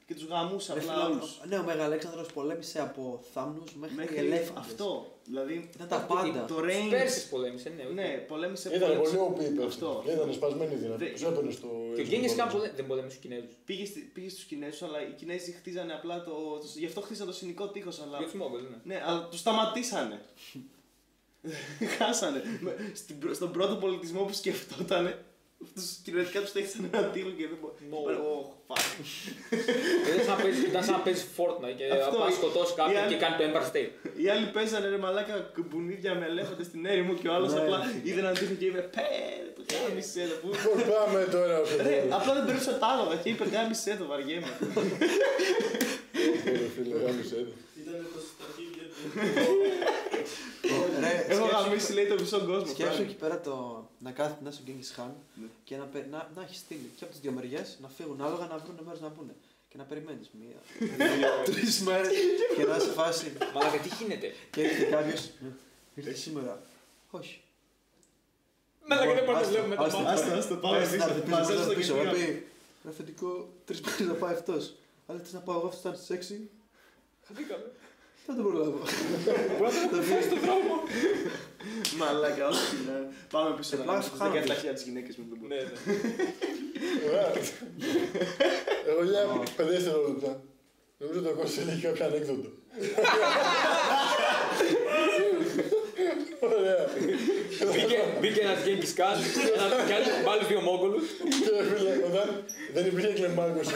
A: και τους γαμούσε
C: Ρε
A: απλά
C: φίλε,
A: όλου.
C: ο- Ναι, ο Μέγα Αλέξανδρος πολέμησε από θάμνους μέχρι
A: Μέχρι
C: ελέφαντες.
A: αυτό. Δηλαδή
C: Ε, Ήταν τα πάντα.
A: το range.
B: Πέρσι πολέμησε, ναι. οκ.
A: Ναι, πολέμησε
D: Ήταν
A: πόλεμο.
D: πολύ οπίπε.
A: Αυτό.
D: Ήταν σπασμένη η
A: Δε-
D: δύναμη. Του έπαιρνε στο.
B: Και ο Γκέγκης Χάν πολέ- δεν πολέμησε τους Κινέζους.
A: Πήγε, στη- πήγε στους Κινέζους, αλλά οι Κινέζοι χτίζανε απλά το. το- Γι' αυτό χτίζανε το συνικό τείχος,
B: Για
A: αλλά.
B: τους Μόγγολους, ναι.
A: Ναι, αλλά τους σταματήσανε. Χάσανε. Με- στην πρω- στον πρώτο πολιτισμό που σκεφτόταν, τους κυριολεκτικά τους τέχισαν ένα τείχο και δεν μπορεί.
B: No.
A: Oh, fuck.
B: Ήταν σαν να παίζεις- Ήταν σαν να παίζεις Fortnite και
A: Αυτό.
B: πας σκοτώσει
A: Οι
B: κάποιον
A: άλλοι-
B: και κάνει το Empire State.
A: Οι άλλοι παίζανε ρε μαλάκα κουμπουνίδια με ελέφαντε στην έρημο και ο άλλος
C: Ναι.
A: απλά είδε έναν τείχο και είπε Πε, το γάμισε το που.
D: Πώς Λοιπόν, πάμε τώρα αυτό.
A: Ρε, απλά δεν περνούσε τα άλογα και είπε Γάμισε το βαριέμαι.
D: Ρε φίλε, γάμισε το.
F: Ήταν Κωνσταντίνη
C: Ρε,
A: Έχω
C: σκέψου-
A: γαμίσει λέει το μισό κόσμο.
C: Σκέψου
A: πράγμα.
C: εκεί πέρα το να κάθεται να είσαι ο Γκέγκης Χάν
A: Ναι.
C: και να, πε- να, να έχεις στείλει και από τις δύο μεριές να φύγουν άλογα να βρουν μέρος να μπουν. Και να περιμένεις μία, τρεις μέρες και να σε φάσει.
B: Μαλάκα, τι γίνεται.
C: Και έρχεται κάποιος. Ήρθε σήμερα. Όχι.
B: Μαλάκα, δεν μπορούμε να
C: Άστο,
B: βλέπουμε τα
C: άστο.
B: μάτια.
A: Άστα, άστα, πάμε
C: Πες,
A: πίσω.
C: να έρθει πίσω,
A: Μαζέψτε το
C: πες να πίσω. Να
A: κεφάλι.
C: πει ρε αφεντικό, τρεις μέρες να πάει αυτός. Αλλά τι να πάω εγώ, αυτός ήταν στις 6.
B: Χαθήκαμε.
C: Δεν τον προλάβω. Θα πει,
A: Μαλάκα, όχι. ναι. Πάμε πίσω.
C: Ε,
A: να
C: πλάκα,
A: κάνουμε
C: χάνω.
A: τις 17.000 γυναίκες με τον
B: Ναι, ναι.
D: Ωραία. Εγώ για πεντέσσερα λεπτά. Νομίζω ότι ο Κώστας έχει κάποια ανέκδοτο. Ωραία.
B: Μπήκε- Μπήκε ένας Γκέγκη Κάν, ένα Κάν, πάλι δύο Μόγκολου.
D: Κύριε φίλε, όταν δεν υπήρχε κλεμμάκωση,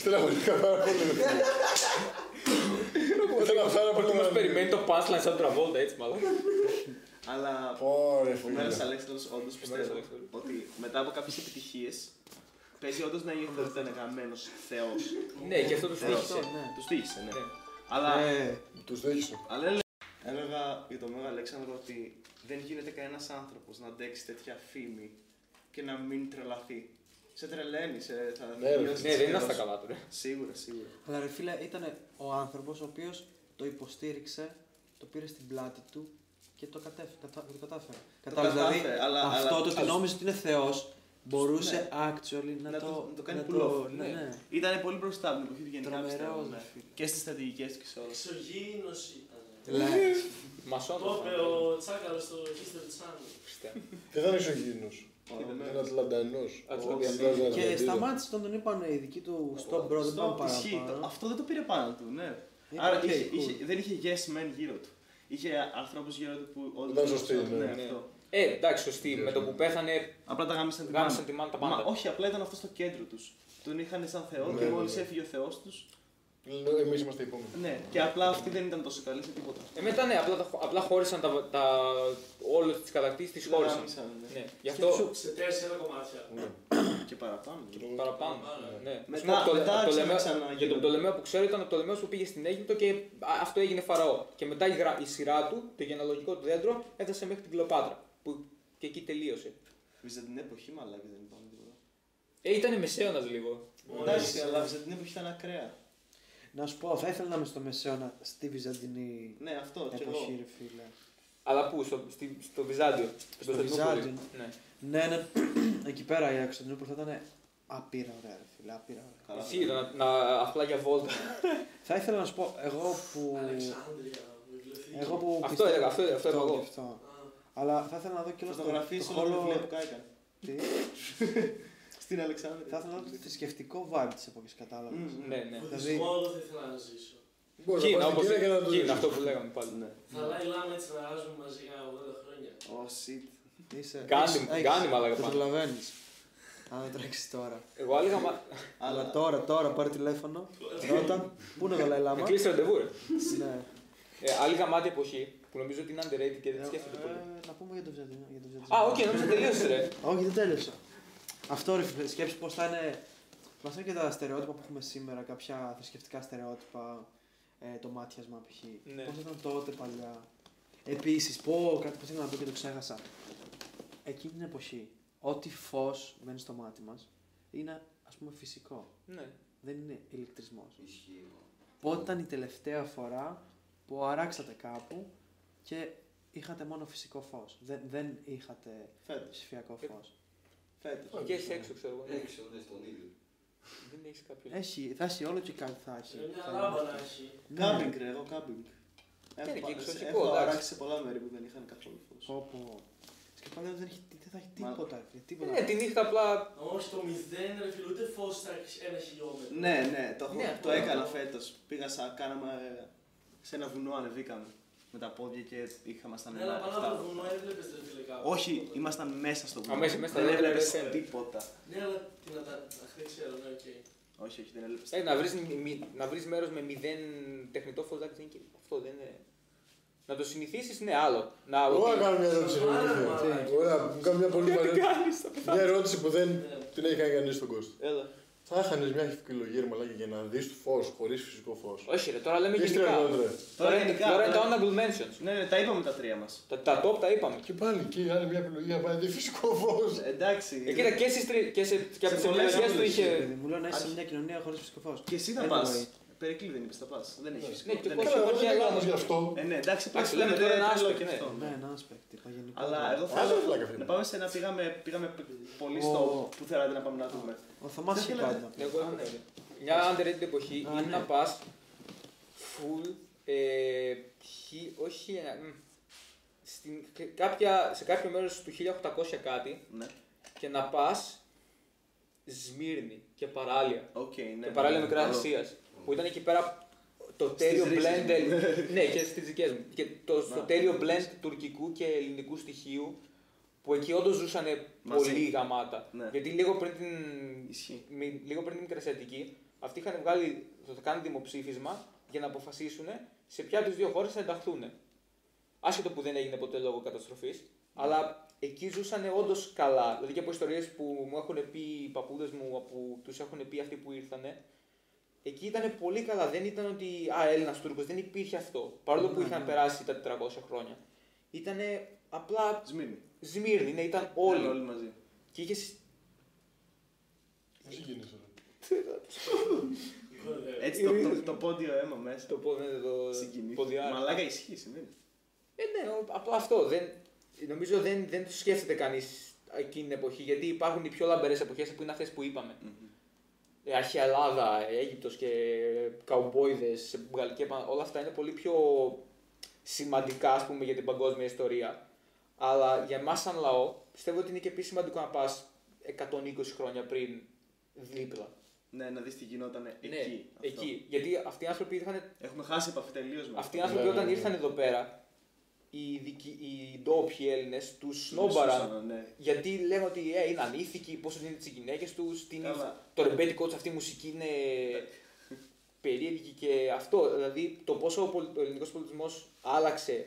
D: στεναχωρήθηκα πάρα πολύ. Ήθελα πάρα
B: Ο
D: πολύ
B: Τίμος
D: να-
B: περιμένει το punchline σαν τραβόλτα έτσι μάλλον.
A: Αλλά
D: Ωραία,
A: ο
D: φίλε.
A: Μέρος Αλέξανδρος όντως πιστεύω
B: Αλέξανδρος.
A: ότι μετά από κάποιες επιτυχίες παίζει όντως να νιώθει ότι ήταν γαμμένος θεός.
B: Ναι, και αυτό τους
A: Αυτό,
B: τύχησε.
C: ναι.
A: Τους τύχησε, ναι.
B: Ναι.
A: Αλλά
C: Ε,
D: Τους δέχισε.
A: Αλλά έλεγα, έλεγα για τον Μέγα Αλέξανδρο ότι δεν γίνεται κανένας άνθρωπος να αντέξει τέτοια φήμη και να μην τρελαθεί. Σε τρελαίνει, σε, θα
D: Ναι, ρε.
A: νιώσεις
B: Ναι, δεν είναι
A: τρελός.
B: αυτά καλά του. ρε.
A: Σίγουρα, σίγουρα.
C: αλλά ρε φίλε, ήταν ο άνθρωπος ο οποίος το υποστήριξε, το πήρε στην πλάτη του και το, κατέφε, κατα, το κατάφερε. Κατάλαβες,
A: κατάφερε,
C: δηλαδή,
A: αλλά-
C: αυτό
A: αλλά-
C: το ότι
A: αλλά-
C: νόμιζε ότι είναι θεός, μπορούσε
A: Ναι.
C: actually να,
A: Να το-
C: το,
A: να το κάνει
C: να
A: pull off,
C: ναι,
A: ναι.
C: ναι.
A: Ήταν πολύ μπροστά από την εποχή του γενικά. πιστεύω,
C: Τρομερός,
A: ναι.
C: ρε φίλε.
A: Και στις στρατηγικές του και σε όλα.
F: Εξωγήινος ήταν.
C: Λες.
B: Μασόν.
F: Το είπε ο Τσάκαρος στο History Channel.
D: Και δεν είσαι ο Γίνος.
A: Ο
D: Είναι Ατλαντανός.
B: Ατλαντανός.
C: Και
D: Ατλαντανός.
C: σταμάτησε όταν τον είπαν οι δικοί του στον πρώτο, δεν
A: Στο-
C: πάμε
A: ισχύει, το-
C: παραπάνω.
A: Αυτό δεν το πήρε πάνω του, ναι.
C: Είπα,
A: Άρα
C: «Οκ,
A: είχε-
C: cool».
A: είχε- δεν είχε yes men γύρω του. Είχε ανθρώπου γύρω του που. όντως-
D: Ήταν σωστοί, ναι.
A: ναι,
B: Ναι.
A: αυτό.
B: Ε, εντάξει, σωστή. Με το που πέθανε,
A: Απλά τα γάμισαν την
B: γάμισαν τη μάνα τα
A: Μα
B: πάντα.
A: όχι, απλά ήταν αυτό στο κέντρο τους. Τον είχαν σαν Θεό
D: Ναι,
A: και
D: ναι,
A: μόλις
D: ναι.
A: έφυγε ο Θεός τους.
D: Λένε, Εμείς είμαστε οι επόμενοι.
A: Ναι, και απλά αυτή δεν ήταν τόσο καλή σε τίποτα.
B: Ε, μετά ναι, απλά, τα χω- απλά χώρισαν τα, τα, όλες τις κατακτήσεις, τις χώρισαν.
A: Γάμισαν, ναι.
B: Ναι, γι' αυτό
F: Σε τέσσερα κομμάτια.
D: Ναι.
A: Και παραπάνω. ναι.
B: παραπάνω.
F: Παραπάνω.
B: Ναι.
A: Μετά-
B: Ας πούμε, από το-
A: μετά
B: από το
A: άρχισαν
B: Λεμέ-
A: ξανά
B: Για τον
A: γίνονται.
B: Πτολεμαίο που ξέρω ήταν ο Πτολεμαίος που πήγε στην Αίγυπτο και α, αυτό έγινε φαραώ. Και μετά η, γρα- η σειρά του, το γενεαλογικό του δέντρο, έφτασε μέχρι την Κλεοπάτρα. Που και εκεί τελείωσε.
A: Βυζαντινή εποχή, μαλάκι δεν ήταν τίποτα.
B: Ε, ήταν μεσαίωνας λίγο.
A: Εντάξει, αλλά βυζαντινή εποχή ήταν ακραία.
C: Να σου πω, θα ήθελα να είμαι στο μεσαίωνα στη Βυζαντινή
A: Ναι, αυτό και
C: εποχή,
A: εγώ.
C: ρε φίλε.
B: Αλλά πού, στο, στη- στο Βυζάντιο. Στο, Κωνσταντινούπολη.
C: Βυζάντιο.
B: Ναι.
C: Ναι, ναι, εκεί πέρα η Κωνσταντινούπολη θα ήταν απείρα ωραία, ρε φίλε, απείρα ωραία.
A: Καλά.
B: Εσύ ήταν να, να- απλά για βόλτα.
C: Θα ήθελα να σου πω, εγώ που.
F: Αλεξάνδρεια, βιβλιοθήκη.
C: Εγώ που
B: Αυτό
C: πιστεύω-
B: έλεγα, αυτό- αυτό είπα
C: και
B: εγώ.
C: αυτό.
F: Α,
C: Αλλά θα ήθελα να δω και όλο το,
A: Φωτογραφίες
C: το
A: όλα τα
C: χώρο-
A: βιβλία που κάηκαν.
C: τι,
A: Στην Αλεξάνδρεια.
C: Θα ήθελα να δω το θρησκευτικό vibe της εποχής, κατάλαβα.
A: Μμμ, μμμ.
B: ναι, ναι.
F: Βουδισμό δεν θα ήθελα να ζήσω.
D: Μπορείς να
B: Κίνα,
D: πας στην
B: όπως
D: Κίνα και να το
B: Κίνα,
D: δεις.
B: αυτό που λέγαμε πάλι.
A: Ναι.
F: Θα λάει λάμα έτσι να αλλάζουμε μαζί για 80 χρόνια.
A: Ω, shit.
C: Είσαι.
B: Γκάντι-
C: έχεις-
B: Γκάντι, μαλάκα,
C: Το
B: πάνω.
C: καταλαβαίνεις. Αν δεν τρέξεις τώρα.
B: Εγώ έλεγα, μα...
C: Αλλά τώρα, τώρα πάρει τηλέφωνο. Ρώτα. Πού είναι το Λαϊλάμα.
B: με κλείσει ραντεβού, ρε.
C: Ναι.
B: Ε, άλλη γαμάτη εποχή που νομίζω ότι είναι underrated και δεν σκέφτεται πολύ.
C: Ε, Να πούμε για το Βυζαντινό. για το Βυζαντινό.
B: Α, οκ, νομίζω τελείωσε, ρε.
C: Όχι, δεν τέλειωσα. Αυτό ρε φίλε, σκέψη πώς θα είναι. Μας είναι και τα στερεότυπα που έχουμε σήμερα, κάποια θρησκευτικά στερεότυπα. Ε, το μάτιασμα π.χ.
B: Ναι.
C: Πώς ήταν τότε παλιά. Επίσης, πω κάτι που θέλω να πω και το ξέχασα. Εκείνη την εποχή, ό,τι φως μπαίνει στο μάτι μας είναι ας πούμε φυσικό.
B: Ναι.
C: Δεν είναι ηλεκτρισμός.
E: Ισχύει.
C: Πότε ήταν η τελευταία φορά που αράξατε κάπου και είχατε μόνο φυσικό φως. Δεν, δεν είχατε
A: Φέτος.
C: ψηφιακό
B: Ε,
C: φως.
A: Φέτος.
B: Βγες έξω, ξέρω εγώ. ναι.
E: Έξω, ναι, στον ήλιο.
B: Δεν έχεις κάποιο.
C: Έχει, θα έχει όλο και κάτι θα έχει.
F: Σε Ε, μια
C: Θα
F: λάμπα
C: είναι.
F: να έχει.
C: Ναι.
A: Κάμπινγκ, ρε, εγώ κάμπινγκ.
B: είναι
A: Έχω
B: και
A: πα-
B: εξωτικό,
A: έχω
B: εντάξει.
A: αράξει σε πολλά μέρη που δεν είχαν καθόλου φως.
C: Πω, πω. Και παλιά δεν, έχει, δεν θα έχει
A: Μα-
C: τίποτα. ρε, τίποτα.
A: Ε,
B: Ναι, τη νύχτα απλά.
F: Όχι το μηδέν ρε φίλε, ούτε φως στα ένα χιλιόμετρο.
A: Ναι, ναι, το, έχω-
B: Ναι,
A: το
B: ναι.
A: έκανα φέτος. Πήγα σαν, κάναμε ε, σε ένα βουνό, ανεβήκαμε με τα πόδια και είχαμε στα
F: Ναι, αλλά
A: νερά.
F: πάνω
A: αυτά.
F: από το βουνό έβλεπες ρε φίλε κάπου.
A: Όχι, ήμασταν μέσα στο βουνό.
B: Α, μέσα, μέσα,
A: δεν
B: δεν
A: έβλεπες
B: έβλεπες.
A: τίποτα.
F: Ναι, αλλά τι να τα... Αχ, δεν ξέρω, ναι, οκ.
A: Όχι, όχι, δεν έβλεπες
B: Ε, να βρει να βρεις μέρος με μηδέν τεχνητό φωτάκι δεν είναι. Αυτό δεν είναι. Να το συνηθίσεις είναι άλλο. Να
D: Εγώ να
B: ότι-
D: κάνω μια ερώτηση. ρε,
F: Άρα,
D: φίλε.
F: μαλάκα.
D: Ωραία, μου κάνω μια πολύ βαριά- Μια ερώτηση που δεν
F: Ναι.
D: την έχει κάνει κανείς στον κόσμο.
B: Έλα.
D: Θα έχανες μια ευκαιρία ρε μαλάκα για να δεις φως χωρίς φυσικό φως.
B: Όχι, ρε, τώρα λέμε
D: Τι
B: γενικά.
D: στρελόντρε.
B: Τώρα είναι
A: γενικά,
B: τώρα είναι
A: τώρα-
B: τα honorable mentions.
A: Ναι, ναι, τα είπαμε τα τρία μας.
B: Τα, τα top τα είπαμε.
D: Και πάλι και άλλη μια επιλογή να πάει να δει φυσικό φως.
A: Εντάξει.
B: Ε, κοίτα, και, στις τρι- και, σε, και από
A: Σε
B: τι
A: πολλές
B: επιλογέ του
A: άλλες,
B: είχε.
C: Παιδί μου λέω να είσαι σε
A: Αρχι-
C: μια κοινωνία χωρίς φυσικό φως.
A: Και εσύ θα
C: Anyway.
A: πας. Περικλή δεν είπες, θα πας. Δεν έχεις. φυσικό,
B: Ε, Ναι, και
A: δεν
B: εγώ
A: έχει.
B: θέλω-
D: Καλά, εγώ
B: υπάρχει
D: δεν
B: άλλο.
D: κάνω γι' αυτό.
A: Ε, ναι, εντάξει,
B: Εντάξει,
A: πες,
B: λέμε
A: ναι, ναι,
B: τώρα ένα
A: θέλω
B: άσπεκτ,
A: και
B: ναι.
A: αυτό, ναι.
C: Ναι, ένα aspect, είπα γενικό.
A: Ε, Αλλά εδώ
D: Άλλο
A: θέλω
D: βλάκα, φίλε.
A: να πάμε σε ένα. Πήγαμε, πήγαμε πολύ
C: Ω.
A: στο που θέλατε να πάμε να δούμε.
C: Ο Θωμάς είχε
A: Δεν
C: κάτι
A: θέλω-
C: να πει.
B: Εγώ ναι. Μια underrated εποχή
C: Α,
B: είναι
C: ναι.
B: να πας full. Ε, χι- όχι. ε, μ, στην, κάποια, σε κάποιο μέρος του 1800 κάτι
A: Ναι,
B: και να πας Σμύρνη και παράλια.
A: οκ, ναι.
B: και παράλια
A: ναι,
B: Μικρά
A: καλό.
B: Ασίας.
E: Ω,
B: που ήταν εκεί πέρα το τέλειο
A: Ρίζες
B: blend.
A: μου.
B: ελλην- ναι, και στις δικές μου. Και το, στο
A: Να.
B: τέλειο blend τουρκικού και ελληνικού στοιχείου που εκεί όντως ζούσαν
A: Μαζί.
B: πολύ γαμάτα.
A: Ναι.
B: Γιατί λίγο πριν την.
A: Ισχύει.
B: μι- Λίγο πριν την Μικρασιατική, αυτοί είχαν βγάλει, θα το κάνουν δημοψήφισμα για να αποφασίσουν σε ποια από τις δύο χώρες θα ενταχθούν. Άσχετο που δεν έγινε ποτέ λόγω καταστροφής, αλλά εκεί ζούσαν όντως καλά. Δηλαδή και από ιστορίες που μου έχουν πει οι παππούδες μου, που του έχουν πει αυτοί που ήρθαν, εκεί ήταν πολύ καλά. Δεν ήταν ότι Α, Έλληνας Τούρκος, δεν υπήρχε αυτό. Παρόλο που
C: Ναι,
B: είχαν
C: ναι.
B: περάσει τα 400 χρόνια. Ήταν απλά
A: Σμύρνη.
B: Σμύρνη, ναι, ήταν όλοι.
A: Ήταν όλοι μαζί.
B: Και είχες.
D: Δεν συγκινήσω. ρε.
F: Ωραία.
A: Έτσι το, το, το πόντιο αίμα μέσα.
B: Το πω, ναι, το.
A: Συγκινήθηκε.
B: ποδιάρα.
A: Μαλάκα ισχύει, σημαίνει.
B: Ε, ναι, ο- απλά αυτό. Δεν, νομίζω δεν, δεν το σκέφτεται κανείς εκείνη την εποχή. Γιατί υπάρχουν οι πιο λαμπερές εποχές που είναι αυτές που είπαμε.
A: Μμμ.
B: Ε, Αρχαία Ελλάδα, ε, Αίγυπτος και καουμπόιδες, Γαλλική Επανάσταση, όλα αυτά είναι πολύ πιο σημαντικά ας πούμε, για την παγκόσμια ιστορία. Αλλά για εμάς, σαν λαό, πιστεύω ότι είναι και επίσημα σημαντικό να πας 120 χρόνια πριν δίπλα.
A: Ναι, να δεις τι γινόταν εκεί.
B: ναι,
A: αυτό.
B: εκεί. Γιατί αυτοί οι άνθρωποι είχαν
A: Έχουμε χάσει επαφή τελείως με
B: αυτοί οι
A: αυτό.
B: άνθρωποι
D: Ναι,
B: όταν
D: ναι, ναι.
B: ήρθαν εδώ πέρα, οι, δικοί, οι ντόπιοι Έλληνες τους σνόμπαραν.
A: Σούσαναν, ναι.
B: Γιατί λένε ότι ε, είναι ανήθικοι, πόσο δίνει τις γυναίκες τους,
A: Καλά. Ναι.
B: το ρεμπέτικο του αυτή η μουσική είναι περίεργη και αυτό. Δηλαδή το πόσο ο, πολι- ο ελληνικός πολιτισμός άλλαξε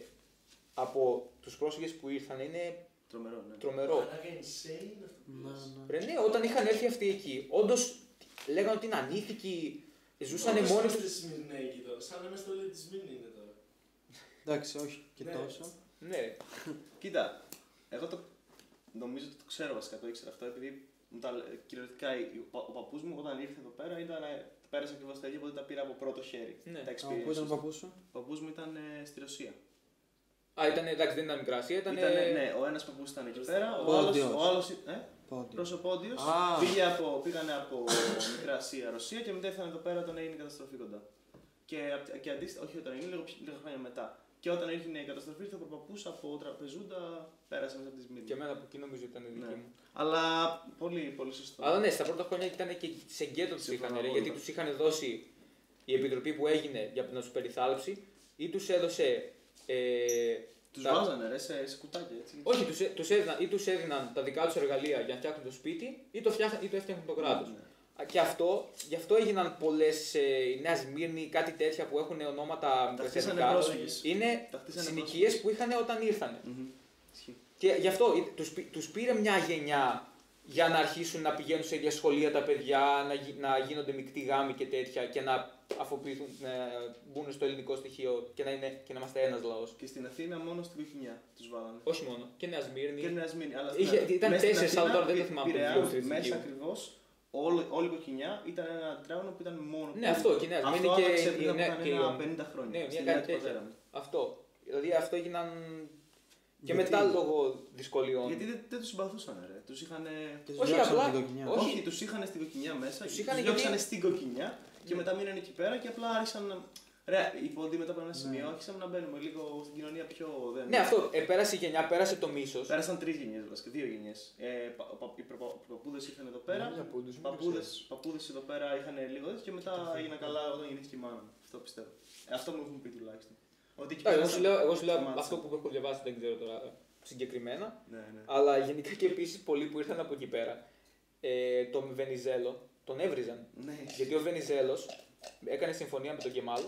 B: από τους πρόσφυγες που ήρθαν είναι
A: Τρομερό, ναι.
B: τρομερό.
F: Μαλάκα, insane αυτό που
C: Να,
F: λες.
C: ναι.
B: Ρε, ναι, όταν είχαν έρθει αυτοί εκεί, όντως λέγανε ότι είναι ανήθικοι, ζούσαν
F: Όπως
B: μόνοι
F: είμαστε
B: του.
F: στη Σμυρνέκη τώρα. Σαν να είμαστε όλοι της Σμύρνη είναι τώρα.
C: Εντάξει, όχι και
F: Ναι.
C: τόσο.
B: Ναι,
A: Κοίτα, εγώ το νομίζω ότι το ξέρω βασικά, το ήξερα αυτό, επειδή μου τα, λέ- κυριολεκτικά η- ο, πα- ο παππούς μου όταν ήρθε εδώ πέρα ήταν, ε, πέρασε ακριβώς τα ίδια, οπότε τα πήρα από πρώτο χέρι.
B: Ναι.
A: Τα
C: Α, Πού ήταν ο
A: experiences.
C: παππούς σου.
A: Ο παππούς μου ήταν ε, στη Ρωσία.
B: Α, ήταν εντάξει, δεν ήταν μικρά Ασία, ήταν.
A: Ήτανε- ναι, ο ένας παππούς ήταν εκεί πέρα, ο άλλος,
C: Πόντιος.
A: ο άλλος, ε,
C: Πόντιος.
A: Ρωσοπόντιος,
C: Α.
A: πήγε από, πήγανε από Μικρά Ασία, Ρωσία και μετά ήρθαν εδώ πέρα όταν έγινε η καταστροφή κοντά. Και, απ- και αντίστοιχα, όχι όταν έγινε, λίγο, πιο- λίγα χρόνια μετά. Και όταν έγινε η καταστροφή, ήρθε ο παππούς από τραπεζούντα, πέρασε μέσα από τη Σμύρνη.
B: Και εμένα από εκεί νομίζω ήταν η δική
A: Ναι.
B: μου.
A: Αλλά πολύ, πολύ σωστό.
B: Αλλά ναι, στα πρώτα χρόνια ήταν και σε γκέτο τους
A: Συμφωνώ
B: είχαν, ρε,
A: απόλυτα.
B: γιατί τους είχαν δώσει η επιτροπή που έγινε για να τους περιθάλψει ή τους έδωσε. Ε,
A: Τους
B: τα-
A: βάζανε ρε σε, σε κουτάκια έτσι.
B: Όχι, τους, έ- τους έδιναν, ή τους έδιναν τα δικά τους εργαλεία για να φτιάχνουν το σπίτι ή το, φτιάχ, ή το έφτιαχνε το κράτος.
A: Ναι.
B: Α, Και αυτό, γι' αυτό έγιναν πολλές, ε, η Νέα Σμύρνη, κάτι τέτοια που έχουν ονόματα
A: Τα
B: μικρασιατικά.
A: χτίσανε πρόσφυγες.
B: Είναι
A: Τα χτίσανε
B: συνοικίες που είχαν όταν ήρθαν.
A: Μμμ. Ισχύει.
B: Και γι' αυτό ε, τους, πή- τους πήρε μια γενιά για να αρχίσουν να πηγαίνουν σε ίδια σχολεία τα παιδιά, να, γι- να γίνονται μεικτοί γάμοι και τέτοια και να αφοποιηθούν, να μπουν στο ελληνικό στοιχείο και να, είναι, και να είμαστε ένας λαός.
A: Και στην Αθήνα μόνο στην Κοκκινιά τους βάλανε.
B: Όχι μόνο, και Νέα Σμύρνη.
A: Και μια Σμύρνη, αλλά
B: Είχε- ήταν
A: μέσα στην
B: τέσσερις, αλλά
A: Αθήνα,
B: τώρα δεν το
A: πη-
B: θυμάμαι
A: Πειραιά,
B: ποιος ήταν εκεί.
A: μέσα ακριβώς, όλο- όλη η Κοκκινιά ήταν ένα τετράγωνο που ήταν μόνο
B: Ναι, αυτό, και η Νέα Σμύρνη
A: Αυτό
B: και
A: άλλαξε
B: η-
A: πριν από
B: ναι, και η-
A: κανένα 50 χρόνια.
B: ναι, μια
A: στην
B: κάτι
A: Νέα του
B: τέτοια.
A: πατέρα μου.
B: Αυτό. Δηλαδή αυτό έγιναν και
C: Γιατί?
B: μετά λόγω δυσκολιών.
A: Γιατί δεν, δεν τους συμπαθούσαν ρε, τους είχαν...
C: Και τους
B: Όχι
C: διώξανε
B: απλά,
C: την κοκκινιά.
B: όχι.
A: Όχι, τους είχαν στην Κοκκινιά μέσα,
B: Τους
A: τους,
B: είχανε
A: τους
B: γιατί-
A: διώξανε στην Κοκκινιά και
B: Ναι.
A: μετά μείνανε εκεί πέρα και απλά άρχισαν να... Ρε, οι πόντοι μετά από ένα σημείο άρχισαν να μπαίνουμε λίγο στην κοινωνία πιο... δεν-
B: Ναι, αυτό. Ε, πέρασε η γενιά, πέρασε το μίσος.
A: Πέρασαν τρεις γενιές βασικά, δύο γενιές. Ε, πα- πα- οι παππούδες ήρθαν εδώ πέρα.
D: Μια πόντους, μια
A: Παππούδες, παππούδες εδώ πέρα είχαν λίγο έτσι και μετά έγιναν καλά όταν γεννήθηκε η μάνα. μου. Αυτό πιστεύω. Ε, αυτό μου έχουν πει τουλάχιστον. Ότι εκεί
B: Ε, Εγώ
A: πέρασαν-
B: σου λέω, εγώ σου λέω
A: σταμάτησαν.
B: αυτό που έχω διαβάσει, δεν ξέρω τώρα συγκεκριμένα.
A: Ναι, ναι.
B: Αλλά γενικά και επίσης πολλοί που ήρθαν από εκεί πέρα, ε, τον Βενιζέλο, τον έβριζαν.
A: Ναι.
B: Γιατί ο Βενιζέλος έκανε συμφωνία με τον Κεμάλ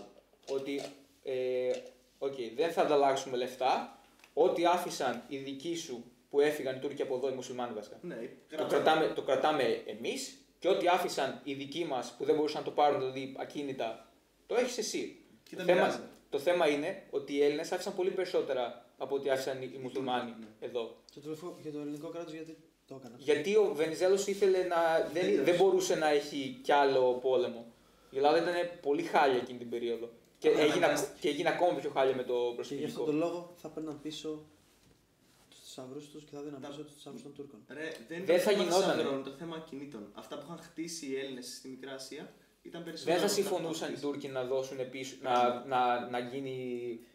B: ότι ε, «Οκ, δεν θα ανταλλάξουμε λεφτά. Ό,τι άφησαν οι δικοί σου που έφυγαν οι Τούρκοι από εδώ, οι μουσουλμάνοι βασικά.
A: Ναι,
B: Το
A: γράψα.
B: κρατάμε, το κρατάμε εμείς και ό,τι άφησαν οι δικοί μας που δεν μπορούσαν να το πάρουν, δηλαδή ακίνητα, το έχεις εσύ.
A: Και τα
B: θέμα-
A: μοιράζανε.
B: Το θέμα είναι ότι οι Έλληνες άφησαν πολύ περισσότερα από ό,τι άφησαν οι Μουσουλμάνοι
A: Τούρκοι,
B: εδώ.
C: Και το, ελληνικό- και το ελληνικό κράτος γιατί το έκανα.
B: Γιατί ο Βενιζέλος ήθελε να. Δεν,
A: Τελείωσε.
B: δεν μπορούσε να έχει κι άλλο πόλεμο. Η Ελλάδα ήταν πολύ χάλια εκείνη την περίοδο. Και
A: Καλά,
B: έγινε,
A: αναγκάστηκε.
B: και έγινε ακόμα πιο χάλια με το
C: Και γι' αυτόν
B: προσφυγικό.
C: τον λόγο θα παίρναν πίσω τους θησαυρούς τους και θα δίναν
A: Τα-
C: πίσω τους θησαυρούς των Τούρκων.
A: Ρε, δεν,
B: Δεν
A: είναι
B: θα
A: θέμα
B: γινότανε.
A: θησαυρών, Το θέμα κινήτων. Αυτά που είχαν χτίσει οι Έλληνες στη Μικρά Ασία ήταν περισσότερο.
B: Δεν θα
A: από αυτά που
B: συμφωνούσαν οι
A: είχαν χτίσει.
B: Τούρκοι να δώσουν πίσω. να, να, να γίνει.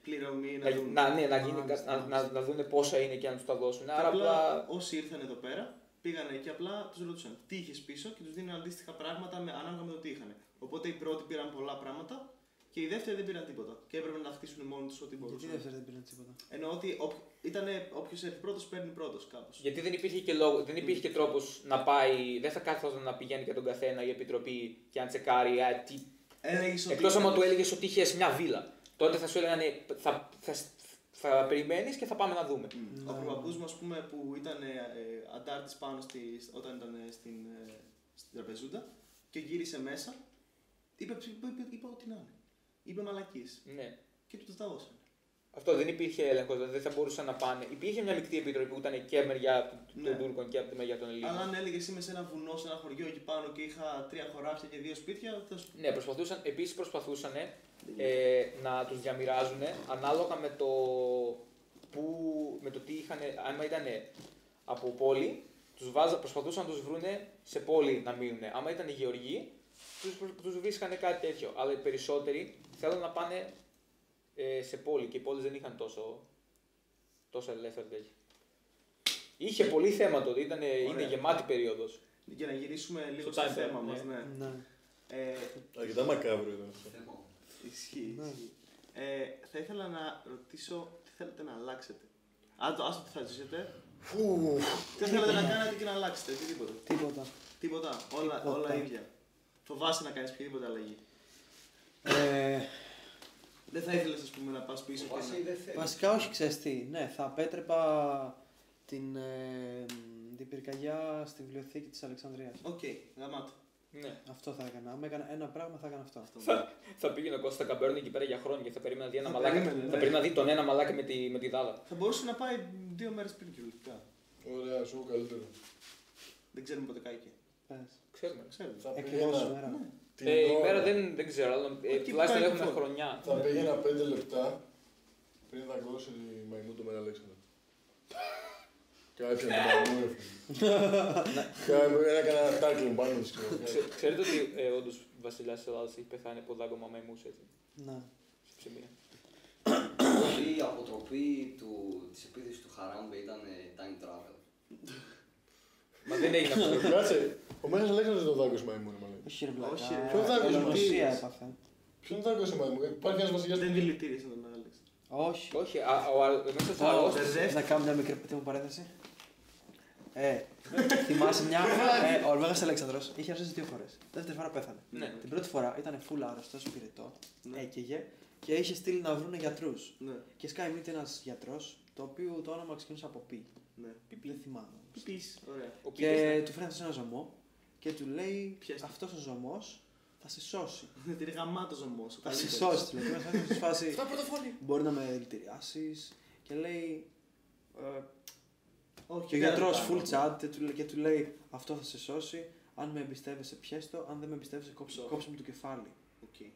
A: Πληρωμή,
B: Ε, Να,
A: να δουν.
B: να, ναι, να, γίνει,
C: Μάλιστα,
B: να, να,
C: μάλιστα.
B: να δούνε πόσα είναι και να τους τα δώσουν.
A: Και
B: Άρα
A: απλά
B: απλά.
A: όσοι ήρθαν εδώ πέρα Πήγανε και απλά τους ρωτούσαν τι είχες πίσω και τους δίνουν αντίστοιχα πράγματα με, ανάλογα με το τι είχαν. Οπότε οι πρώτοι πήραν πολλά πράγματα και οι δεύτεροι δεν πήραν τίποτα. Και έπρεπε να χτίσουν μόνοι τους ό,τι
C: Γιατί
A: μπορούσαν.
C: δεύτερη δεν πήρε τίποτα.
A: Ενώ ότι ήταν όποιος έρθει πρώτος παίρνει πρώτος κάπως.
B: Γιατί δεν υπήρχε και, λόγο, δεν υπήρχε και τρόπος να πάει, δεν θα κάθονταν να πηγαίνει για τον καθένα η επιτροπή και να τσεκάρει α, τι
A: Έλεγε ότι.
B: Εκτό ε, άμα του έλεγες ότι είχες μια βίλα. Τότε θα σου έλεγαν θα, θα, θα περιμένεις και θα πάμε να δούμε.
A: Ο προπαππού μου, ας πούμε, που ήταν ε, αντάρτης πάνω στη, όταν ήταν ε, στην, ε, στην τραπεζούντα και γύρισε μέσα, είπε, είπε, είπε, είπε ό,τι να είναι. Είπε μαλακής.
B: Ναι.
A: Και του τα δώσανε.
B: Αυτό δεν υπήρχε έλεγχος, δηλαδή δεν θα μπορούσαν να πάνε. Υπήρχε μια μεικτή επιτροπή που ήταν και μεριά των
A: Ναι.
B: Τούρκων και από τη μεριά των Ελλήνων.
A: Αλλά αν έλεγες είμαι σε ένα βουνό, σε ένα χωριό εκεί πάνω και είχα τρία χωράφια και δύο σπίτια, θα σου
B: Ναι, προσπαθούσαν, επίσης προσπαθούσαν ε, να τους διαμοιράζουν ανάλογα με το, που, με το τι είχαν. Αν ήταν από πόλη, τους βάζα, προσπαθούσαν να τους βρούνε σε πόλη να μείνουν. Άμα ήταν γεωργοί, τους τους βρίσκανε κάτι τέτοιο. Αλλά οι περισσότεροι θέλουν να πάνε ε, σε πόλη και οι πόλεις δεν είχαν τόσο, τόσο ελεύθερο τέτοιο. Είχε πολύ θέμα τότε, ήτανε, είναι
A: Ωραία.
B: γεμάτη περίοδος.
A: Για να γυρίσουμε λίγο
B: Στο
A: στο
B: time
A: θέμα
B: warp,
A: μας,
B: ναι.
A: ναι.
C: Ναι.
A: Ε,
D: Αρκετά μακάβριο ήταν αυτό.
E: Θεμό.
A: ισχύει.
C: Ναι.
A: ισχύει. Ε, θα ήθελα να ρωτήσω τι θέλετε να αλλάξετε. Αν το άστο τι θα ζήσετε,
D: Φου,
A: τι θέλετε να κάνετε και να αλλάξετε, οτιδήποτε.
C: Τίποτα.
A: Τίποτα, όλα,
C: Τίποτα.
A: όλα ίδια. Φοβάσαι να κάνεις οποιαδήποτε αλλαγή.
C: Ε,
A: Δεν θα ήθελες, ας πούμε, να πας πίσω. και
E: Φοβάσαι ή
A: να-
E: δεν θέλει.
C: Βασικά όχι, ξέρεις τι. Ναι, θα απέτρεπα την, ε, μ, την πυρκαγιά στη βιβλιοθήκη της Αλεξανδρίας.
A: Οκ, γαμάτο.
B: Ναι.
C: Αυτό θα έκανα. Αν έκανα ένα πράγμα θα έκανα αυτό.
A: Αυτό.
B: Θα πήγαινε ο Κώστας Καμπέρνη εκεί πέρα για χρόνια και θα περίμενα να δει ένα
A: Θα
B: μαλάκα.
A: περίμενε,
B: θα
A: ναι.
B: περίμενα να δει τον ένα μαλάκα με τη, με τη δάλα.
A: Θα μπορούσε να πάει δύο μέρες πριν κυριολεκτικά.
D: Ωραία, σου καλύτερο.
A: Δεν ξέρουμε πότε κάει και.
C: Πες.
B: Ξέρουμε.
A: Ξέρουμε.
D: Θα
C: Ακριβώς
D: πήγαινα
C: σήμερα.
D: την
B: Ε, η
D: ώρα-
B: μέρα δεν, δεν ξέρω, αλλά ε,
A: Εκεί
B: τουλάχιστον
A: πάει
B: έχουμε
A: το φως.
B: χρονιά.
D: Θα πήγαινα 5 λεπτά πριν δαγκώσει η μαϊμού του Μεγαλέξανδρα. Κάποια μαϊμού έφυγε. Κάποια- Έκανα ένα τάκλινγκ πάνω της και-
B: Ξε- Ξέρετε ότι ε, όντως ο βασιλιά τη Ελλάδας έχει πεθάνει από δάγκωμα μαϊμούς έτσι.
C: Να.
B: στη ψυχία.
E: Η αποτροπή του, της επίθεσης του Χαράμπε ήταν ε, time travel.
B: Μα δεν έγινε αυτό.
D: Κάτσε, ο Μέγας Αλέξανδρας δεν το δάγκωσε μαϊμού, ρε μαλάκα.
C: Όχι ρε
A: Όχι, ρε.
C: βλακά.
A: Ποιος
D: θα έκανες,
C: Ελονοσία
D: τι?
C: Ε, έπαθε.
D: Ποιον δάγκωσε μαϊμού, υπάρχει ένας βασιλιάς
A: Δεν
D: που...
A: δηλητήρισε τον μεγάλο.
C: Όχι.
B: Όχι, α, ο, α, μέσα στο
C: Πάω,
B: αρρώστησε.
C: να κάνω μια μικρή παιδί μου παρένθεση. Ε, θυμάσαι μια. ε, ο Μέγας Αλέξανδρος είχε αρρώσει δύο φορές. Δεύτερη φορά πέθανε.
B: Ναι.
C: Την πρώτη φορά ήταν full άρρωστος, πυρετό,
A: Ναι.
C: έκαιγε και είχε στείλει να βρουν γιατρούς.
A: Ναι,
C: Και σκάει μύτη ένας γιατρός, το οποίο το όνομα ξεκινούσε από πι.
A: ναι.
C: Δεν θυμάμαι.
A: Πει, ωραία.
B: Ο
C: Και
B: Πίτες-
C: του φέρνει ένα ζωμό και του λέει:
A: Πιάστε.
C: Αυτός ο ζωμός θα σε σώσει.
A: Δεν την γαμάτο ζωμός.
C: Θα σε σώσει. Του λέει: «Ένας άνθρωπος στη φάση,
D: Αυτά από το φωνή.
C: Μπορεί να με δηλητηριάσεις. Και λέει: «Ε,
A: Όχι,
C: Και ο
A: δεν
C: γιατρός
A: θα
C: full
A: κάνω.
C: chat και του, λέ- και του λέει: Αυτό θα σε σώσει. Αν με εμπιστεύεσαι, πιέσ' το. Αν δεν με εμπιστεύεσαι, κόψε,
A: Ψώ.
C: κόψε μου το κεφάλι.
A: Οκ.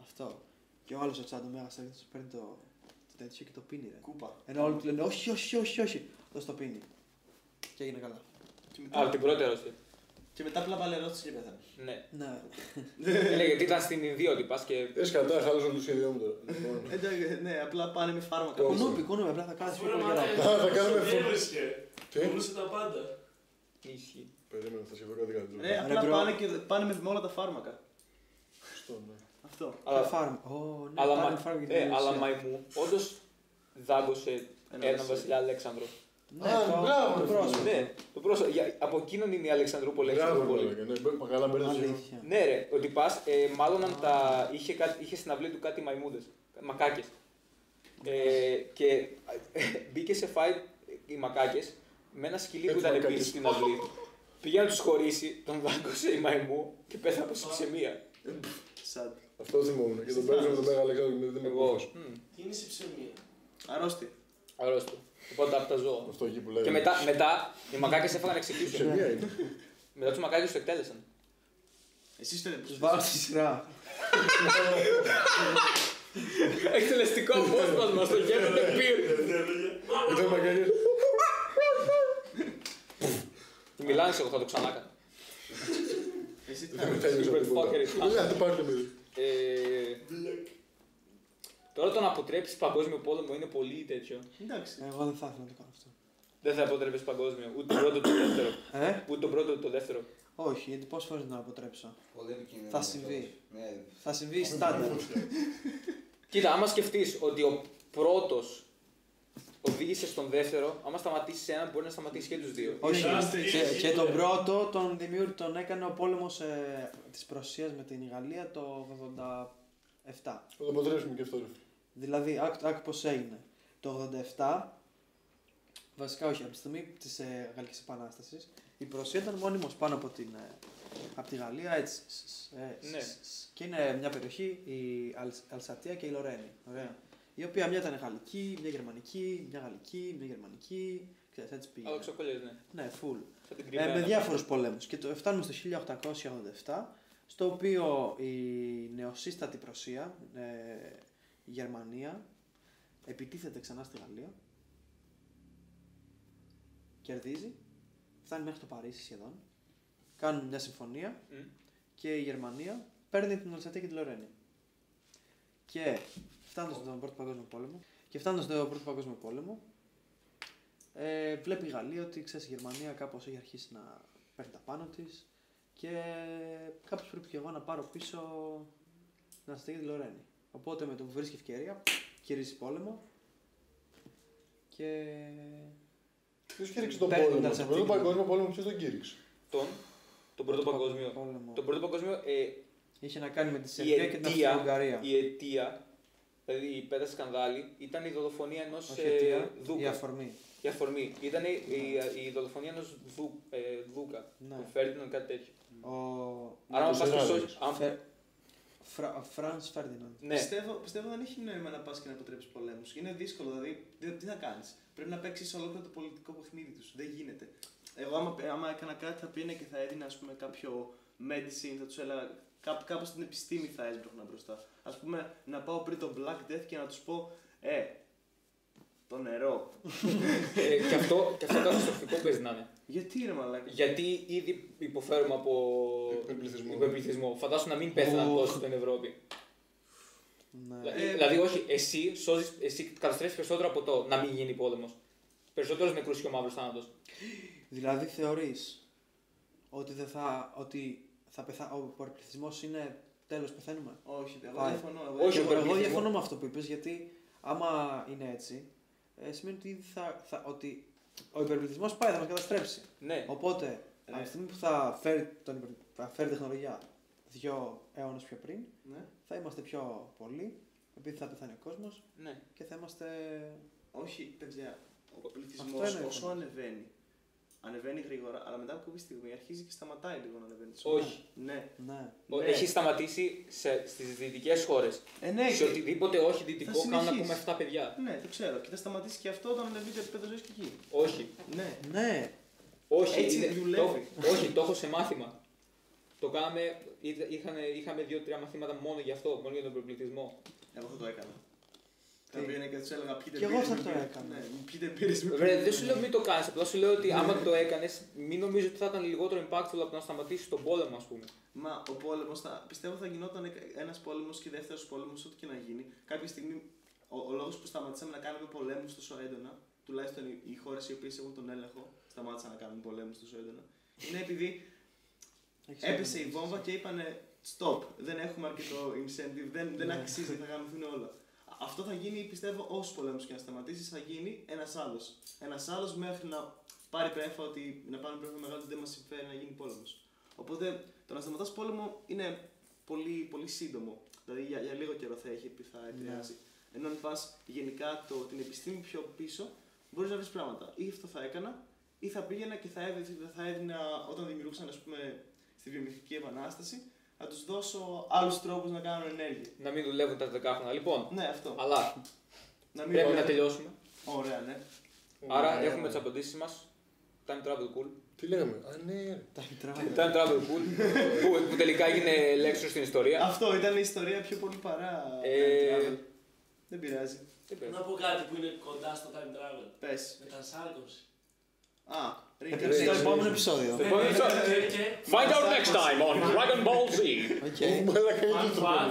C: Αυτό. Και ο άλλος ο chat, ο μέγας έλεγχο, παίρνει το, το τέτοιο και το πίνει. Ρε.
A: Κούπα.
C: Ενώ όλοι του λένε: Όχι, όχι, όχι, όχι. Αυτό το πίνει. Και έγινε καλά.
A: Και μετά-
B: Α, από την πρώτη αρρώστια.
A: Και μετά απλά παλαιρώθηκες και πέθανε.
B: Ναι.
C: Ναι.
B: Ε, λέει, γιατί ήταν στην Ινδία ότι πας και.
D: Ε, σκατά, χάλασε όλο το σχέδιό μου τώρα.
C: Ε,
D: Λοιπόν,
A: Εντάξει, ναι, απλά πάνε με φάρμακα.
D: Το-
C: Κουνούπι, κουνούπι, απλά θα κάνει πιο
F: Αφού
C: πολύ
F: είναι
C: καλά.
F: μαλάκα,
D: Α, θα κάνουμε
F: σε
D: αυτό.
F: έβρισκε.
D: Τι,
F: Μπορούσε τα πάντα.
B: Ναι, Ισχύει.
D: περίμενα, θα σκεφτώ κάτι
A: Ρε,
D: καλύτερο.
A: απλά
C: Ε, bro.
A: πάνε, και, πάνε με όλα τα φάρμακα.
D: Σωστό, ναι.
A: Αυτό.
C: Αλλά
B: Αλλά,
C: φάρμα. Ω, ναι,
B: αλλά,
C: πάρε
B: μα-
C: φάρμα για την
B: ε, αλλά
C: ουσία.
B: μαϊμού, όντως δάγκωσε έναν
A: βασίλειο.
B: βασιλιά Αλέξανδρο.
C: Ναι,
D: Α,
C: το-
D: μπράβο, ρε,
C: το πρόσωπο.
B: Ναι, το πρόσωπο. για- Από εκείνον είναι η Αλεξανδρούπολη.
D: Μπράβο,
B: Αλεξανδρούπολη.
D: μαλάκα, ναι, μπε- μα καλά, μπέρδεψε.
C: Αλήθεια.
B: Ναι, ρε, ότι πα, ε, μάλλον αν τα είχε, κάτι, είχε στην αυλή του κάτι μαϊμούδες, μακάκες. Ε, και ε, μπήκε σε fight οι μακάκες με ένα σκυλί που
D: Έτσι,
B: ήταν
D: μακάκες.
B: επίσης στην αυλή. Πήγε να τους χωρίσει, τον δάγκωσε η μαϊμού και πέθανε από ψυχραιμία.
A: Σαν.
D: Αυτός θυμόμουν και τον παίρνω με τον Μέγα Αλέξανδρο και δεν με
B: Εγώ.
D: κόφασε.
B: μμ,
F: Κίνηση ψεμία.
A: Αρρώστια.
B: Αρρώστιο. Οπότε από Λοιπόν, τα ζώα.
D: Αυτό εκεί που λέει.
B: και μετά, μετά οι μακάκες έφαγαν
D: Σε
B: εξηγήσουν.
D: μία είναι.
B: μετά τους μακάκες τους εκτέλεσαν.
A: Εσύ θέλετε
C: Τους βάλω στη σειρά.
B: Εκτελεστικό απόσπασμα στο γέννητο πύρ.
D: Ήταν μακαλιές.
B: Μιλάνε, εγώ θα το ξανάκανα.
A: Εσύ τι θα κάνεις.
D: Δεν τέλειωσα
B: Super
D: τίποτα.
B: fucker is
D: Ναι, δεν πάρει το μύδι.
B: Ε, Τώρα το να αποτρέψεις παγκόσμιο πόλεμο είναι πολύ τέτοιο.
A: Εντάξει.
C: Ε, Εγώ δεν θα ήθελα να το κάνω αυτό.
B: Δεν θα αποτρέπε παγκόσμιο. Ούτε το πρώτο, ούτε το δεύτερο.
C: Ε,
B: Ούτε το πρώτο, ούτε το δεύτερο.
C: όχι, γιατί πόσες φορές να αποτρέψω.
E: Πολύ επικίνδυνο.
C: Θα
E: είναι
C: συμβεί.
E: κιόλας. Ναι,
C: Θα συμβεί στάνταρ.
B: Κοίτα, άμα σκεφτείς ότι ο πρώτος οδήγησε στον δεύτερο, άμα σταματήσεις έναν, μπορεί να σταματήσει και τους δύο.
C: όχι.
F: Τεράστια
C: και,
F: ισχύ
C: και
F: του,
C: τον
F: ε.
C: πρώτο τον δημιούργη τον έκανε ο πόλεμος ε, της Πρωσία με την Γαλλία το 87.
D: Θα το αποτρέψουμε και αυτό. ρε.
C: Δηλαδή, άκου, άκου πώς έγινε. Το 87, βασικά όχι, από τη στιγμή της ε, Γαλλικής Επανάστασης, η Πρωσία ήταν μόνιμος πάνω από, την, ε, από τη Γαλλία. Έτσι, σ- σ- ε, σ-
B: Ναι.
C: σ- και είναι μια περιοχή, η Αλσ- Αλσατία και η Λορένη. Ωραία. Η οποία μια ήταν γαλλική, μια γερμανική, μια γαλλική, μια γερμανική. Ξέρεις, έτσι πήγε.
B: Αλλά ξεκολλιέ, ναι.
C: Ναι, full.
B: Σαν την
C: Ε, με
B: Κρυμαία.
C: διάφορους πολέμους. Και το, φτάνουμε στο 1887, στο οποίο η νεοσύστατη Πρωσία, ε, η Γερμανία, επιτίθεται ξανά στη Γαλλία, κερδίζει, φτάνει μέχρι το Παρίσι σχεδόν, κάνουν μια συμφωνία
B: Μμ.
C: και η Γερμανία παίρνει την Αλσατία και τη Λορένη. Και φτάνοντας στον Πρώτο Παγκόσμιο Πόλεμο, και φτάνοντας στον Πρώτο Παγκόσμιο Πόλεμο, ε, βλέπει η Γαλλία ότι ξέρεις, η Γερμανία κάπως έχει αρχίσει να παίρνει τα πάνω της και κάπως πρέπει και εγώ να πάρω πίσω να στέγει τη Λορένη. Οπότε με το που βρίσκει ευκαιρία, κηρύσσει πόλεμο και
D: Ποιος κήρυξε τον
C: Παίρνει
D: πόλεμο. Τον
C: τα
D: πρώτο
C: τσατίνα.
D: παγκόσμιο πόλεμο, ποιος τον κήρυξε.
B: Τον, τον πρώτο παγκόσμιο.
C: πόλεμο.
B: Τον πρώτο παγκόσμιο, ε,
C: Είχε να κάνει με τη Σερβία και την
B: αιτία-
C: Αυστρο-Ουγγαρία.
B: η αιτία, δηλαδή η πέτα σκανδάλι, ήταν η δολοφονία ενός
C: Όχι αιτία, η
B: ε, δούκα.
C: αφορμή.
B: Η αφορμή. Ήταν η, η, η δολοφονία ενός δου, ε, δούκα.
C: Ναι.
B: Του Φέρντιναν, κάτι τέτοιο.
C: Ο
B: Άρα, αν
D: το
B: πας το
D: Σεράδης.
B: σώσεις. αν-
C: Φε- Φρα... Φρανς Φέρντιναντ.
B: Ναι,
A: Πιστεύω, πιστεύω δεν έχει νόημα να πας και να αποτρέψεις πολέμους. Είναι δύσκολο, δηλαδή δε- τι να κάνεις. Πρέπει να παίξεις ολόκληρο το πολιτικό παιχνίδι τους. Δεν γίνεται. Εγώ, άμα, άμα έκανα κάτι, θα πήγαινα και θα έδινα ας πούμε, κάποιο medicine, θα τους έλεγα. Κάπου, κάπως την επιστήμη θα έσπρωχνα μπροστά. Ας πούμε, να πάω πριν τον Black Death και να τους πω, Ε, το νερό.
B: ε, και αυτό, και αυτό καταστροφικό παίζει να είναι.
A: Γιατί ρε μαλάκα.
B: Γιατί ήδη υποφέρουμε από
D: Υπερπληθυσμό.
B: υπερπληθυσμό. Φαντάσου να μην πέθαναν
C: Οχ.
B: τόσο στην Ευρώπη.
C: Ναι.
B: Δηλαδή- δηλαδή, όχι, εσύ, σώζεις, εσύ καταστρέφεις περισσότερο από το να μην γίνει πόλεμος. Περισσότερος νεκρούς και ο μαύρος θάνατος.
C: Δηλαδή θεωρείς ότι, δεν θα, ότι θα πεθα... ο υπερπληθυσμός είναι τέλος πεθαίνουμε.
A: Όχι, εγώ
C: Πάει.
A: διαφωνώ. εγώ
B: Όχι,
A: διαφωνώ.
B: ο
C: εγώ
B: υπερπληθυσμός-
C: διαφωνώ με αυτό που είπες γιατί άμα είναι έτσι ε, σημαίνει ότι, θα, θα, ότι ο υπερπληθυσμός πάει, θα μας καταστρέψει.
B: Ναι,
C: Οπότε
A: Ε.
C: από τη στιγμή που θα φέρει, τον, υπερ- θα φέρει τεχνολογία δύο αιώνες πιο πριν
A: Ναι.
C: θα είμαστε πιο πολλοί επειδή θα πεθάνει ο κόσμος
B: ναι.
C: και θα είμαστε...
A: Όχι, παιδιά. Ο πληθυσμό
C: Αυτό είναι
A: όσο
C: εύκολο.
A: ανεβαίνει, ανεβαίνει γρήγορα, αλλά μετά από κάποια στιγμή αρχίζει και σταματάει λίγο να ανεβαίνει.
B: Όχι.
A: Ναι.
C: Ναι.
B: Ο-
A: Ναι.
B: Έχει σταματήσει σε, στις δυτικές χώρες.
A: Ε, ναι,
B: σε
A: και-
B: οτιδήποτε όχι
A: Θα
B: δυτικό κάνουν
A: συνεχίσεις.
B: ακόμα 7 παιδιά.
A: Ναι, το ξέρω. Και θα σταματήσει και αυτό όταν ανεβεί το επίπεδο ζωής και εκεί.
B: Όχι.
A: Ναι.
C: Ναι,
B: Όχι,
A: Έτσι δουλεύει.
B: Το, όχι, το έχω σε μάθημα. Το κάναμε, είδα- είχανε- είχαμε δύο-τρία μαθήματα μόνο για αυτό, μόνο για τον προπληθισμό.
A: Εγώ θα το έκανα.
C: Τι?
A: Θα πήγαινε και του έλεγα πείτε
C: Κι εγώ
A: μπύρες
C: θα
A: με
C: το
A: μπύρες».
C: έκανα.
A: Ναι, πείτε μπύρες με
B: Ρε,
A: μπύρες.
B: δεν σου λέω μην το κάνεις, απλά σου λέω ότι άμα το έκανες, μην νομίζω ότι θα ήταν λιγότερο impactful από το να σταματήσεις τον πόλεμο, ας πούμε.
A: Μα ο πόλεμος, θα... πιστεύω θα γινόταν ένας πόλεμος και δεύτερος πόλεμος, ό,τι και να γίνει. Κάποια στιγμή, ο, ο λόγος που σταματήσαμε να κάνουμε πολέμους τόσο έντονα, τουλάχιστον οι, οι χώρες οι οποίες έχουν τον έλεγχο, σταμάτησαν να κάνουν πολέμους τόσο έντονα, είναι επειδή
C: Έχεις
A: έπεσε η
C: δίκιο.
A: βόμβα και είπανε stop. Δεν έχουμε αρκετό incentive, δεν, δεν
C: Ναι.
A: αξίζει, θα γαμηθούν όλα. Α- Αυτό θα γίνει, πιστεύω, όσους πολέμους και να σταματήσεις, θα γίνει ένας άλλος. Ένας άλλος μέχρι να πάρει πρέφα ότι να πάρουν πρέφα μεγάλο ότι δεν μας συμφέρει να γίνει πόλεμος. Οπότε το να σταματάς πόλεμο είναι πολύ, πολύ σύντομο. Δηλαδή για, για λίγο καιρό θα, έχει, θα
B: Ναι.
A: επηρεάσει. Ενώ αν πας γενικά το, την επιστήμη πιο πίσω, μπορείς να βρεις πράγματα. Ή αυτό θα έκανα, ή θα πήγαινα και θα έδινα, θα έδινα όταν δημιουργούσαν, ας πούμε, στη βιομηχανική επανάσταση, να τους δώσω άλλους τρόπους να κάνουν ενέργεια.
B: Να μην δουλεύουν τα δεκάχρονα. Λοιπόν,
A: Ναι, αυτό.
B: αλλά
A: Να μην
B: πρέπει
A: λέω-
B: να τελειώσουμε.
A: Ωραία, ναι.
B: Άρα
D: Ναι.
B: έχουμε τις απαντήσεις μας. Time travel cool.
D: Τι λέγαμε. Α, ναι. ρε.
C: Τα μητρά.
B: Time travel cool. που, που τελικά έγινε λέξο στην ιστορία.
A: Αυτό ήταν η ιστορία πιο πολύ παρά.
B: Ε,
A: time travel. Δεν πειράζει.
B: Δεν πειράζει.
F: Να πω κάτι που είναι κοντά στο time travel.
A: Πες.
F: Μετασάρκωση.
A: Α,
C: Ε,
A: ρίχνει.
C: το επόμενο επεισόδιο.
B: Το
F: ναι,
B: επόμενο επεισόδιο.
F: Και
G: Find out next time on Dragon Ball Z.
C: Οκ.
D: Μαλάκα,
F: fun
D: είναι το
F: fact,